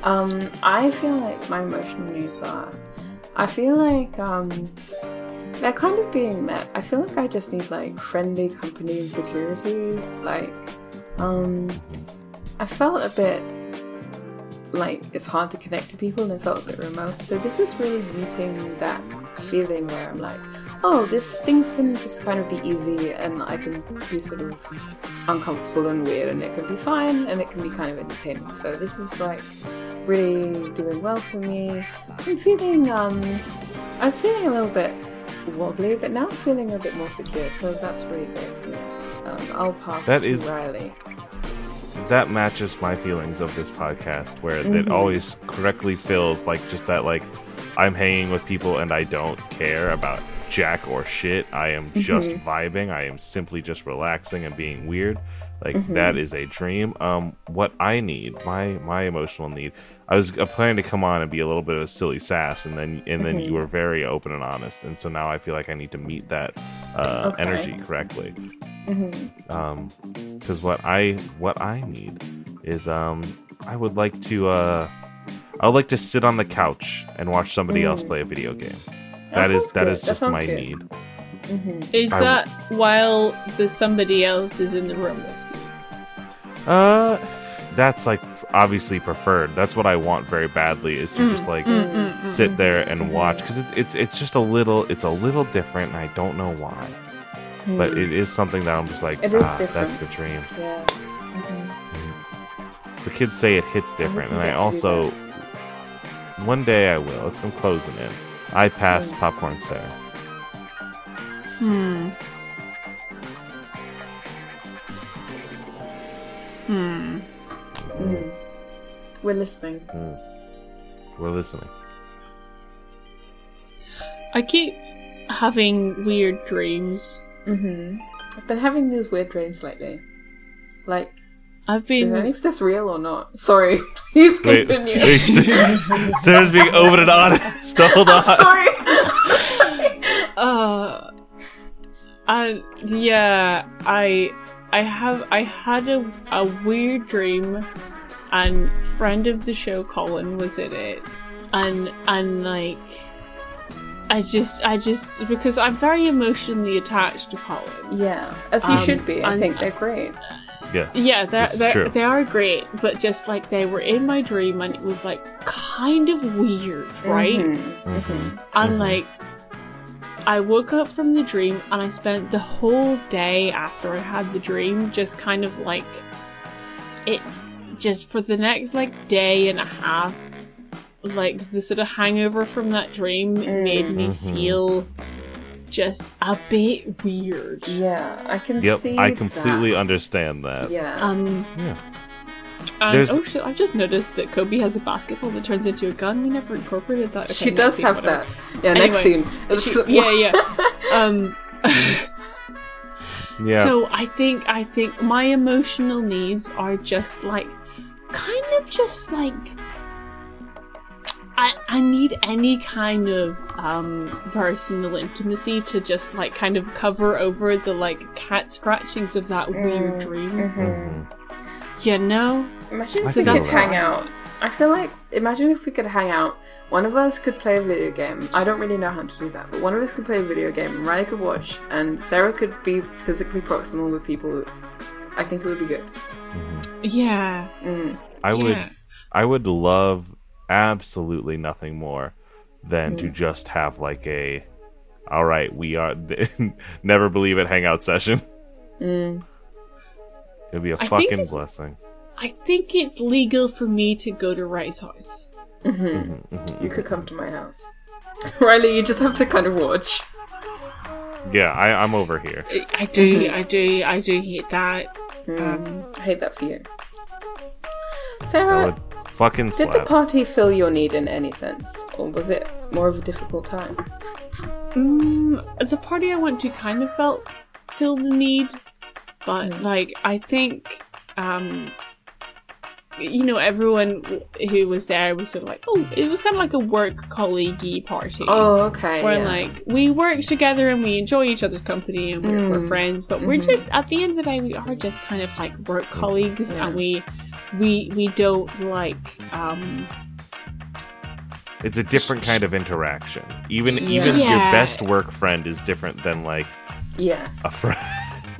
Speaker 5: Um, I feel like my emotional needs are. I feel like um, they're kind of being met. I feel like I just need like friendly company and security. Like, um, I felt a bit like it's hard to connect to people and I felt a bit remote. So this is really meeting that feeling where I'm like, oh, this things can just kind of be easy and I can be sort of uncomfortable and weird and it can be fine and it can be kind of entertaining. So this is like really doing well for me. I'm feeling um I was feeling a little bit wobbly, but now I'm feeling a bit more secure, so that's really great for me. Um, I'll pass
Speaker 1: That
Speaker 5: to
Speaker 1: is-
Speaker 5: Riley.
Speaker 1: That matches my feelings of this podcast, where it
Speaker 5: Mhm.
Speaker 1: always correctly feels like just that, like I'm hanging with people and I don't care about jack or shit. I am just vibing. I am simply just relaxing and being weird. Like
Speaker 5: Mm-hmm.
Speaker 1: that is a dream. Um, what I need, my my emotional need. I was uh, planning to come on and be a little bit of a silly sass, and then and
Speaker 5: Mm-hmm.
Speaker 1: then you were very open and honest, and so now I feel like I need to meet that uh,
Speaker 5: Okay. Mm-hmm.
Speaker 1: energy correctly. Um, because what I what I need is um I would like to uh I would like to sit on the couch and watch somebody else play a video game. That is
Speaker 5: sounds
Speaker 1: that
Speaker 5: good.
Speaker 1: is
Speaker 5: Mm. That
Speaker 1: just
Speaker 5: sounds
Speaker 1: my
Speaker 5: good.
Speaker 1: need.
Speaker 3: is
Speaker 1: I-
Speaker 3: that while the somebody else is in the room with you?
Speaker 1: Uh that's like obviously preferred. That's what I want very badly is to
Speaker 5: Mm,
Speaker 1: just like
Speaker 3: Mm-hmm.
Speaker 1: sit there and watch because it's it's it's just a little it's a little different and I don't know why.
Speaker 5: Mm.
Speaker 1: But it is something that I'm just like
Speaker 5: It is
Speaker 1: ah, that's
Speaker 5: different.
Speaker 1: the dream.
Speaker 5: Yeah. Mm-hmm.
Speaker 1: The kids say it hits different,
Speaker 5: you
Speaker 1: and
Speaker 5: get
Speaker 1: I
Speaker 5: to do
Speaker 1: also one day I will. It's I'm
Speaker 5: Mm.
Speaker 3: Mm-hmm.
Speaker 1: closing in. I passed popcorn Sarah.
Speaker 3: Hmm.
Speaker 5: Mm. We're listening.
Speaker 1: Mm. We're listening.
Speaker 3: I keep having weird dreams.
Speaker 5: hmm I've been having these weird dreams lately. Like,
Speaker 3: I've
Speaker 5: is
Speaker 3: been
Speaker 5: any of this real or not? Sorry, please
Speaker 1: Wait,
Speaker 5: continue.
Speaker 1: wait, Sarah's being open and honest. Hold on.
Speaker 5: Sorry.
Speaker 3: uh I yeah, I I have I had a, a weird dream and friend of the show Colin was in it and and like I just I just because I'm very emotionally attached to Colin.
Speaker 5: yeah, as you
Speaker 3: Um,
Speaker 5: should be. I
Speaker 3: I'm-
Speaker 5: think they're great.
Speaker 1: Yeah.
Speaker 3: Yeah, they're,
Speaker 1: This is
Speaker 3: they're,
Speaker 1: true.
Speaker 3: they are great, but just like they were in my dream and it was like kind of weird, right?
Speaker 5: Mhm.
Speaker 1: Mhm.
Speaker 3: And
Speaker 1: Mhm.
Speaker 3: like, I woke up from the dream and I spent the whole day after I had the dream just kind of like it, just for the next like day and a half, like the sort of hangover from that dream made me
Speaker 5: Mm-hmm.
Speaker 1: Mhm.
Speaker 3: feel just a bit weird.
Speaker 5: Yeah, I can
Speaker 1: Yep.
Speaker 5: see.
Speaker 1: I
Speaker 5: that. Uh,
Speaker 1: completely understand that.
Speaker 5: Yeah.
Speaker 3: Um,
Speaker 1: Yeah.
Speaker 3: and
Speaker 1: There's-
Speaker 3: oh shit, I've just noticed that Kobe has a basketball that turns into a gun. We never incorporated that.
Speaker 5: she does have
Speaker 3: that.
Speaker 5: that. Yeah, next
Speaker 3: Anyway,
Speaker 5: scene. It's-
Speaker 3: She- yeah, yeah. Um,
Speaker 1: Yeah.
Speaker 3: So I think I think my emotional needs are just like kind of just like I I need any kind of um personal intimacy to just like kind of cover over the like cat scratchings of that weird
Speaker 5: mm.
Speaker 3: dream.
Speaker 5: Mm-hmm.
Speaker 1: Mhm.
Speaker 3: You know?
Speaker 5: Imagine
Speaker 1: I
Speaker 5: if we
Speaker 1: feel
Speaker 5: could
Speaker 1: that.
Speaker 5: hang out. I feel like imagine if we could hang out. One of us could play a video game. I don't really know how to do that, but one of us could play a video game. and Riley could watch, and Sarah could be physically proximal with people. I think it would be good.
Speaker 3: Yeah.
Speaker 5: Mm.
Speaker 1: Mm-hmm. I would.
Speaker 3: yeah.
Speaker 1: I would love absolutely nothing more than to just have like a, all right, we are never believe it hangout session.
Speaker 5: Mm.
Speaker 1: It'd be a
Speaker 3: think
Speaker 1: fucking
Speaker 3: it's-
Speaker 1: blessing.
Speaker 3: I think it's legal for me to go to Ray's house.
Speaker 1: Mm-hmm.
Speaker 5: You could come to my house, Riley. You just have to kind of watch.
Speaker 1: Yeah, I, I'm over here.
Speaker 3: I do, I do, I do hate that. Um,
Speaker 5: I hate that for you,
Speaker 1: That
Speaker 5: Sarah.
Speaker 1: would fucking
Speaker 5: Did the
Speaker 1: slap.
Speaker 5: party fill your need in any sense, or was it more of a difficult time?
Speaker 3: mm, the party I went to kind of felt filled the need, but
Speaker 5: Mm.
Speaker 3: like I think, um, you know, everyone w- who was there was sort of like, oh, it was kind of like a work colleague party.
Speaker 5: Oh, okay.
Speaker 3: Where
Speaker 5: yeah.
Speaker 3: like we work together and we enjoy each other's company and we're,
Speaker 5: Mm.
Speaker 3: we're friends, but
Speaker 5: Mm-hmm.
Speaker 3: we're just at the end of the day we are just kind of like work
Speaker 5: Mm,
Speaker 3: colleagues and we we we don't like um
Speaker 1: it's a different kind of interaction. Even
Speaker 5: Yeah.
Speaker 1: even your
Speaker 3: Yeah.
Speaker 1: best work friend is different than like
Speaker 5: yes,
Speaker 1: a friend.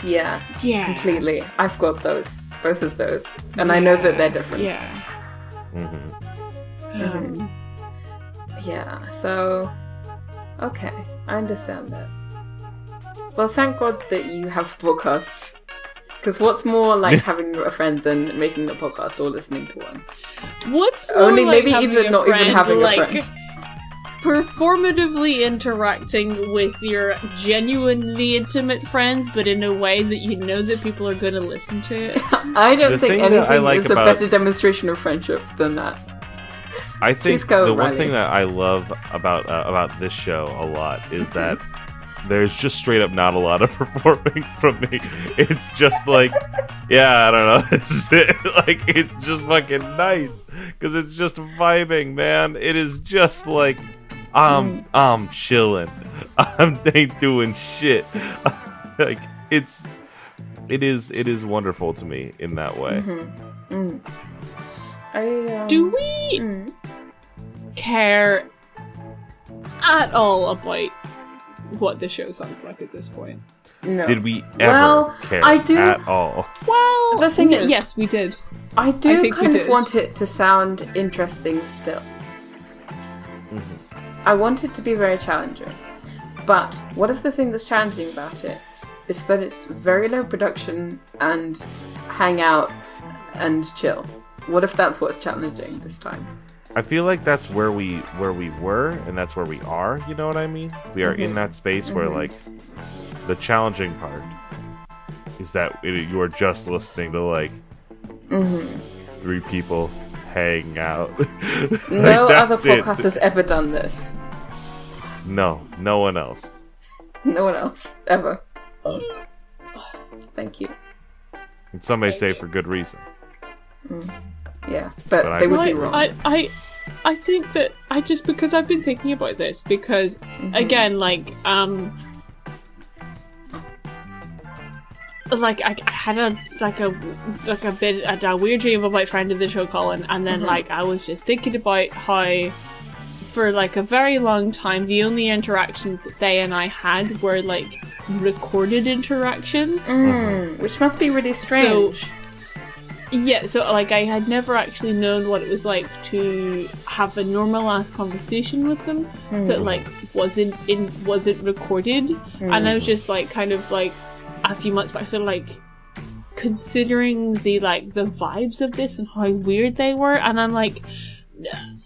Speaker 5: yeah.
Speaker 3: yeah
Speaker 5: Completely. I've got those, both of those, and I know that they're different. Mm-hmm.
Speaker 3: yeah
Speaker 1: hmm
Speaker 3: um,
Speaker 5: Yeah, So, okay, I understand that. Well, thank God that you have a podcast, because what's more like having a friend than making a podcast or listening to one?
Speaker 3: What's
Speaker 5: Only
Speaker 3: more like
Speaker 5: maybe
Speaker 3: having
Speaker 5: even
Speaker 3: a
Speaker 5: not even
Speaker 3: friend,
Speaker 5: having a
Speaker 3: like,
Speaker 5: friend.
Speaker 3: Performatively interacting with your genuinely intimate friends, but in a way that you know that people are going to listen to it.
Speaker 5: Um, I don't
Speaker 1: The
Speaker 5: think
Speaker 1: thing that I
Speaker 5: anything
Speaker 1: like
Speaker 5: is a
Speaker 1: about-
Speaker 5: better demonstration of friendship than that.
Speaker 1: I think
Speaker 5: go,
Speaker 1: the one
Speaker 5: Riley.
Speaker 1: thing that I love about uh, about this show a lot is
Speaker 5: Mm-hmm.
Speaker 1: that there's just straight up not a lot of performing from me. It's just like, yeah, I don't know, this is it. Like it's just fucking nice because it's just vibing, man. It is just like,
Speaker 5: Mm.
Speaker 1: I'm I'm chilling. I'm ain't doing shit. like it's. It is it is wonderful to me in that way.
Speaker 5: Mm-hmm. I um,
Speaker 3: Do we care at all about what the show sounds like at this point?
Speaker 5: no.
Speaker 1: Did we ever
Speaker 5: Well,
Speaker 1: care
Speaker 5: I do-
Speaker 1: at all?
Speaker 3: Well,
Speaker 5: The thing
Speaker 3: n-
Speaker 5: is-
Speaker 3: yes, we did.
Speaker 5: I do
Speaker 3: I think we
Speaker 5: kind of
Speaker 3: did.
Speaker 5: want it to sound interesting still.
Speaker 3: Mm-hmm.
Speaker 5: I want it to be very challenging. But what if the thing that's challenging about it is that it's very low production and hang out and chill? What if that's what's challenging this time?
Speaker 1: I feel like that's where we where we were and that's where we are, you know what I mean? We are
Speaker 5: Mm-hmm.
Speaker 1: in that space where like the challenging part is that it, you are just listening to like
Speaker 5: Mm-hmm.
Speaker 1: Three people hang out.
Speaker 5: No other podcast
Speaker 1: podcasters.
Speaker 5: has ever done this.
Speaker 1: No, no one else.
Speaker 5: No one else ever. Thank you.
Speaker 1: And some may say for good reason.
Speaker 5: Yeah, but,
Speaker 1: But I
Speaker 5: they would
Speaker 3: I,
Speaker 5: be wrong.
Speaker 3: I, I, I think that I just because I've been thinking about this because
Speaker 5: Mm-hmm.
Speaker 3: again, like, um, like I, I had a like a like a bit a, a weird dream about friend of the show Colin, and
Speaker 5: Mm-hmm.
Speaker 3: then like I was just thinking about how for like a very long time the only interactions that they and I had were like recorded interactions.
Speaker 5: Hmm, which must be really strange.
Speaker 3: Yeah, so like I had never actually known what it was like to have a normal ass conversation with them that like wasn't in wasn't recorded, and I was just like kind of like a few months back, so like considering the like the vibes of this and how weird they were, and I'm like,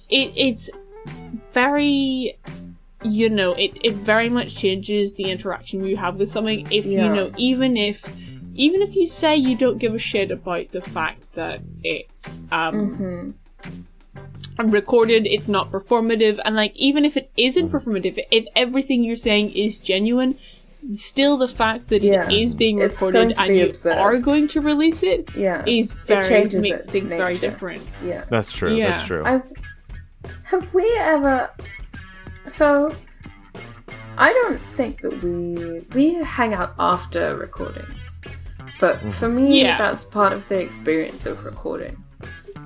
Speaker 3: it it's very you know it, it very much changes the interaction you have with something if you
Speaker 5: Yeah.
Speaker 3: know even if even if you say you don't give a shit about the fact that it's um recorded it's not performative and like even if it isn't performative if everything you're saying is genuine still the fact that
Speaker 5: Yeah.
Speaker 3: it is being
Speaker 5: It's
Speaker 3: recorded
Speaker 5: going to
Speaker 3: and
Speaker 5: be
Speaker 3: you
Speaker 5: observed.
Speaker 3: are going to release it is
Speaker 5: Yeah. It
Speaker 3: very
Speaker 5: changes
Speaker 3: makes
Speaker 5: its
Speaker 3: things very
Speaker 5: nature.
Speaker 3: different
Speaker 5: Yeah.
Speaker 1: That's true. That's
Speaker 3: Yeah.
Speaker 1: true.
Speaker 5: I have we ever so I don't think that we we hang out after recordings. But for me
Speaker 3: Yeah.
Speaker 5: that's part of the experience of recording.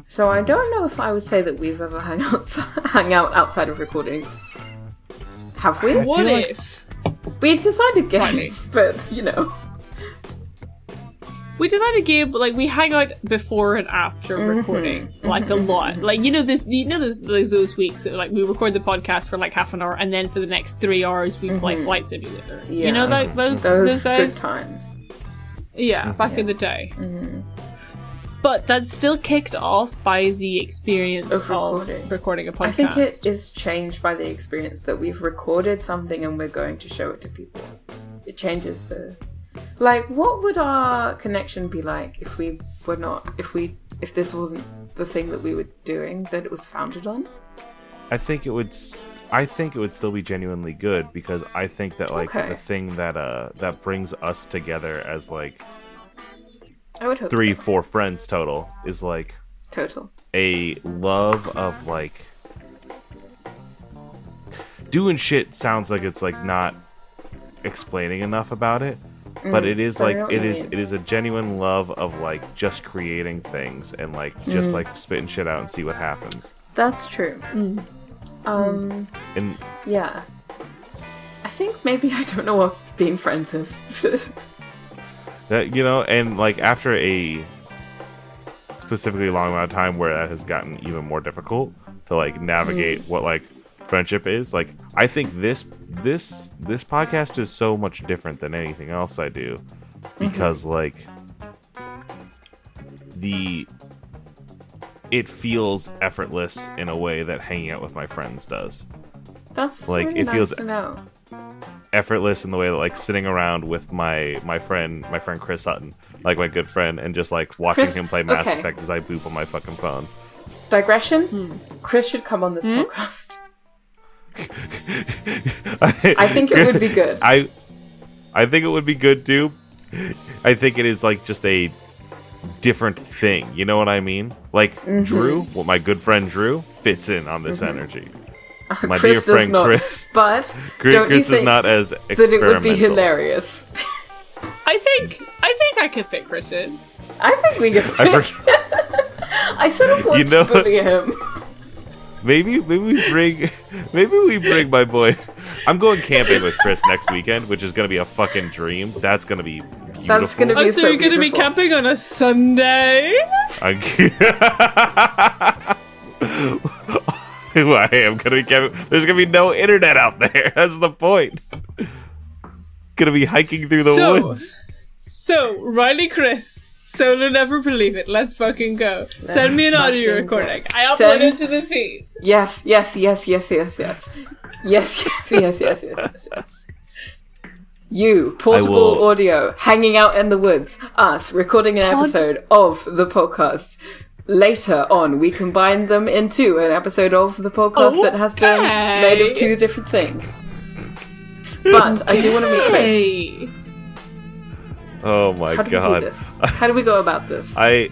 Speaker 5: So I don't know if I would say that we've ever hung out hang out outside of recording. Have we?
Speaker 3: what
Speaker 1: like-
Speaker 3: if
Speaker 5: We decided
Speaker 3: Funny.
Speaker 5: again, but you know.
Speaker 3: We decided a game, but like we hang out before and after
Speaker 5: Mm-hmm.
Speaker 3: recording, like a lot. Like you know, there's you know those those, those weeks that like we record the podcast for like half an hour, and then for the next three hours we play Flight Simulator. You know
Speaker 5: Mm-hmm. Yeah.
Speaker 3: that those those,
Speaker 5: Those good
Speaker 3: days.
Speaker 5: times.
Speaker 3: Yeah, back in the day. But that's still kicked off by the experience
Speaker 5: Of
Speaker 3: of
Speaker 5: recording.
Speaker 3: recording, a podcast.
Speaker 5: I think it is changed by the experience that we've recorded something and we're going to show it to people. It changes the like what would our connection be like if we were not if we if this wasn't the thing that we were doing that it was founded on?
Speaker 1: I think it would. s- I think it would still be genuinely good because I think that like
Speaker 5: Okay.
Speaker 1: the thing that uh that brings us together as like
Speaker 5: I would hope
Speaker 1: three
Speaker 5: so.
Speaker 1: four friends total is like
Speaker 5: total.
Speaker 1: a love of like doing shit sounds like it's like not explaining enough about it but it is
Speaker 5: Mm, I
Speaker 1: like
Speaker 5: know what
Speaker 1: it
Speaker 5: you
Speaker 1: is
Speaker 5: mean.
Speaker 1: it is a genuine love of like just creating things and like
Speaker 5: Mm.
Speaker 1: just like spitting shit out and see what happens
Speaker 5: That's true. Um
Speaker 1: and
Speaker 5: yeah. I think maybe I don't know what being friends is.
Speaker 1: that you know and like after a specifically long amount of time where that has gotten even more difficult to like navigate what like friendship is like i think this this this podcast is so much different than anything else i do because like the it feels effortless in a way that hanging out with my friends does
Speaker 5: That's
Speaker 1: Like,
Speaker 5: really
Speaker 1: it
Speaker 5: nice
Speaker 1: feels-
Speaker 5: to know.
Speaker 1: effortless in the way that like sitting around with my my friend my friend Chris Hutton, like my good friend, and just like watching
Speaker 5: Chris-
Speaker 1: him play Mass
Speaker 5: okay.
Speaker 1: Effect as I boop on my fucking phone.
Speaker 5: Digression? Chris should come on this podcast.
Speaker 1: I
Speaker 5: think it would be good.
Speaker 1: I I think it would be good too. I think it is like just a different thing. You know what I mean? Like
Speaker 5: Mm-hmm.
Speaker 1: Drew, well, my good friend Drew fits in on this energy. My
Speaker 5: Uh, Chris
Speaker 1: dear
Speaker 5: does
Speaker 1: friend
Speaker 5: not.
Speaker 1: Chris.
Speaker 5: But
Speaker 1: Chris
Speaker 5: don't you
Speaker 1: Chris
Speaker 5: think
Speaker 1: is not as
Speaker 5: that it
Speaker 1: experimental.
Speaker 5: would be hilarious?
Speaker 3: I think I think I could fit Chris in.
Speaker 5: I think we could.
Speaker 1: I forgot.
Speaker 5: I sort of want
Speaker 1: You know-
Speaker 5: to bully him.
Speaker 1: Maybe maybe we bring maybe we bring my boy. I'm going camping with Chris next weekend, which is gonna be a fucking dream. That's gonna be beautiful.
Speaker 5: That's gonna
Speaker 3: Oh,
Speaker 5: be so,
Speaker 3: so you're going to be
Speaker 5: beautiful.
Speaker 3: camping on a Sunday?
Speaker 1: I'm- Who I am gonna be camping. There's gonna be no internet out there. That's the point. Gonna be hiking through the
Speaker 3: So-
Speaker 1: woods.
Speaker 3: So, Riley Chris, solo never believe it. Let's fucking go. Send me an audio
Speaker 5: fucking go.
Speaker 3: recording. I upload
Speaker 5: Send-
Speaker 3: it to the feed.
Speaker 5: Yes, yes, yes, yes, yes, yes, yes, yes, yes, yes, yes, yes, yes. You, portable
Speaker 1: will-
Speaker 5: audio, hanging out in the woods, us recording an episode of the podcast. Later on, we combine them into an episode of the podcast that has been
Speaker 3: Okay.
Speaker 5: made of two different things. But I do want to meet Chris.
Speaker 3: Hey.
Speaker 1: Oh my
Speaker 5: How do
Speaker 1: god.
Speaker 5: we do this? How do we go about this?
Speaker 1: I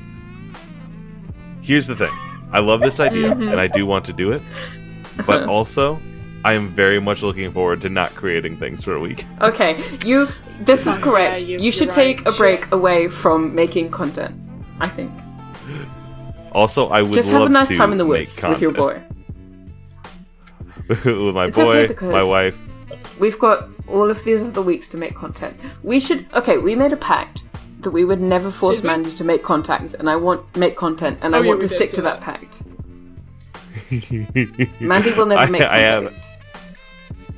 Speaker 1: here's the thing. I love this idea,
Speaker 5: Mm-hmm.
Speaker 1: and I do want to do it, but
Speaker 5: Uh-huh.
Speaker 1: also I am very much looking forward to not creating things for a week.
Speaker 5: Okay, you. This is
Speaker 3: Yeah,
Speaker 5: correct.
Speaker 3: you-
Speaker 5: you should
Speaker 3: you're
Speaker 5: take
Speaker 3: right.
Speaker 5: a break away from making content. I think.
Speaker 1: Also, I would
Speaker 5: Just
Speaker 1: love
Speaker 5: have a nice
Speaker 1: to
Speaker 5: time in the
Speaker 1: make
Speaker 5: woods with your
Speaker 1: content.
Speaker 5: boy.
Speaker 1: with my
Speaker 5: It's
Speaker 1: boy,
Speaker 5: okay because-
Speaker 1: my wife.
Speaker 5: We've got all of these other weeks to make content. We should. Okay, we made a pact that we would never force
Speaker 3: Did we?
Speaker 5: Mandy to make contacts, and I want make content, and I
Speaker 3: Oh, yeah,
Speaker 5: want
Speaker 3: we
Speaker 5: to
Speaker 3: did
Speaker 5: stick
Speaker 3: do
Speaker 5: to that, pact. Mandy will
Speaker 1: I-
Speaker 5: never make
Speaker 1: I have-
Speaker 5: contact.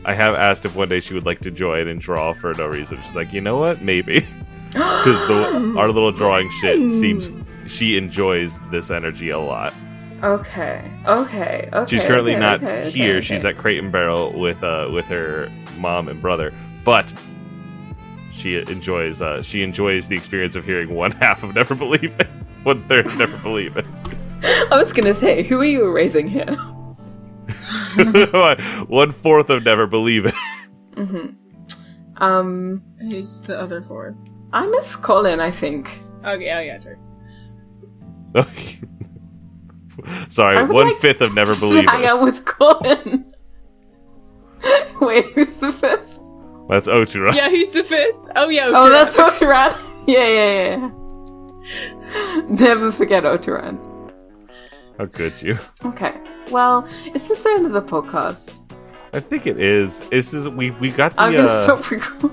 Speaker 1: I have asked if one day she would like to join and draw for no reason. She's like, you know what? Maybe because our little drawing shit seems she enjoys this energy a lot.
Speaker 5: Okay. Okay. Okay.
Speaker 1: She's currently
Speaker 5: okay,
Speaker 1: not
Speaker 5: okay, okay,
Speaker 1: here.
Speaker 5: okay.
Speaker 1: She's at Crate and Barrel with uh with her mom and brother, but she enjoys uh she enjoys the experience of hearing one half of Never Believe It, one third of Never Believe It.
Speaker 5: I was gonna say, who are you erasing here?
Speaker 1: one fourth of Never Believe It.
Speaker 5: Um,
Speaker 3: Who's the other fourth?
Speaker 5: I miss Colin. I think.
Speaker 3: Okay, oh yeah, sure.
Speaker 1: Sorry,
Speaker 5: I would
Speaker 1: one
Speaker 5: like
Speaker 1: fifth of Never Believe
Speaker 5: Hang
Speaker 1: It.
Speaker 5: out with Colin. Wait, who's the fifth?
Speaker 1: That's Ochura.
Speaker 3: Yeah, who's the fifth? Oh yeah,
Speaker 5: Oh, that's Oturan. Yeah, yeah, yeah. Never forget Oturan.
Speaker 1: How could you?
Speaker 5: Okay. Well, it's the end of the podcast.
Speaker 1: I think it is. This is we we got the
Speaker 5: I'm gonna
Speaker 1: uh,
Speaker 5: stop recording.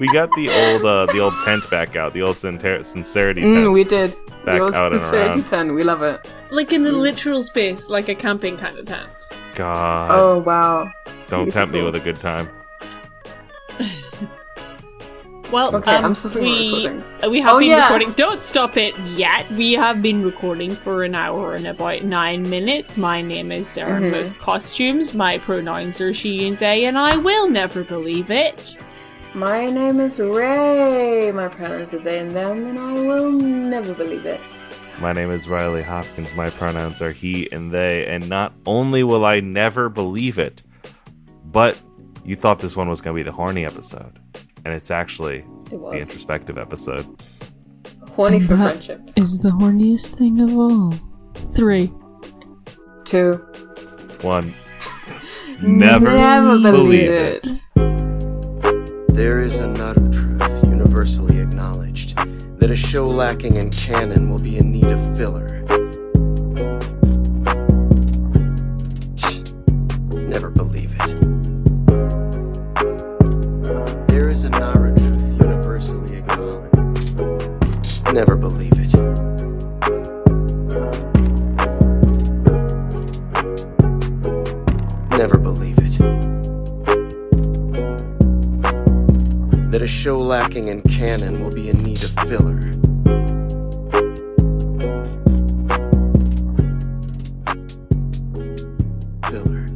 Speaker 1: we got the old uh, the old tent back out, the old sinter- sincerity tent.
Speaker 5: Mm, we did.
Speaker 1: Back
Speaker 5: we all
Speaker 1: out and
Speaker 5: surgery
Speaker 1: around.
Speaker 5: ten. We love it.
Speaker 3: like in the literal space, like a camping kind of tent.
Speaker 1: God.
Speaker 5: Oh wow.
Speaker 1: Don't tempt me
Speaker 5: Beautiful.
Speaker 1: with a good time.
Speaker 3: Well,
Speaker 5: Okay,
Speaker 3: um,
Speaker 5: I'm stopping
Speaker 3: we
Speaker 5: recording.
Speaker 3: uh, we have
Speaker 5: Oh,
Speaker 3: been
Speaker 5: yeah.
Speaker 3: recording. Don't stop it yet. We have been recording for an hour and about nine minutes. My name is Sarah
Speaker 5: Mm-hmm.
Speaker 3: Mook Costumes. My pronouns are she and they, and I will never believe it.
Speaker 5: My name is Ray. My pronouns are they and them, and I will never believe it.
Speaker 1: My name is Riley Hopkins. My pronouns are he and they, and not only will I never believe it, but you thought this one was going to be the horny episode, and it's actually
Speaker 5: It
Speaker 1: the
Speaker 5: was
Speaker 1: introspective episode.
Speaker 5: horny for
Speaker 6: That-
Speaker 5: friendship.
Speaker 6: Is the horniest thing of all. Three.
Speaker 5: Two.
Speaker 1: One. Never, believe it.
Speaker 4: There is a nut of truth universally acknowledged that a show lacking in canon will be in need of filler. Never believe it. There is a Nara truth universally acknowledged. Never believe it. Never believe it. that a show lacking in canon will be in need of filler. Filler.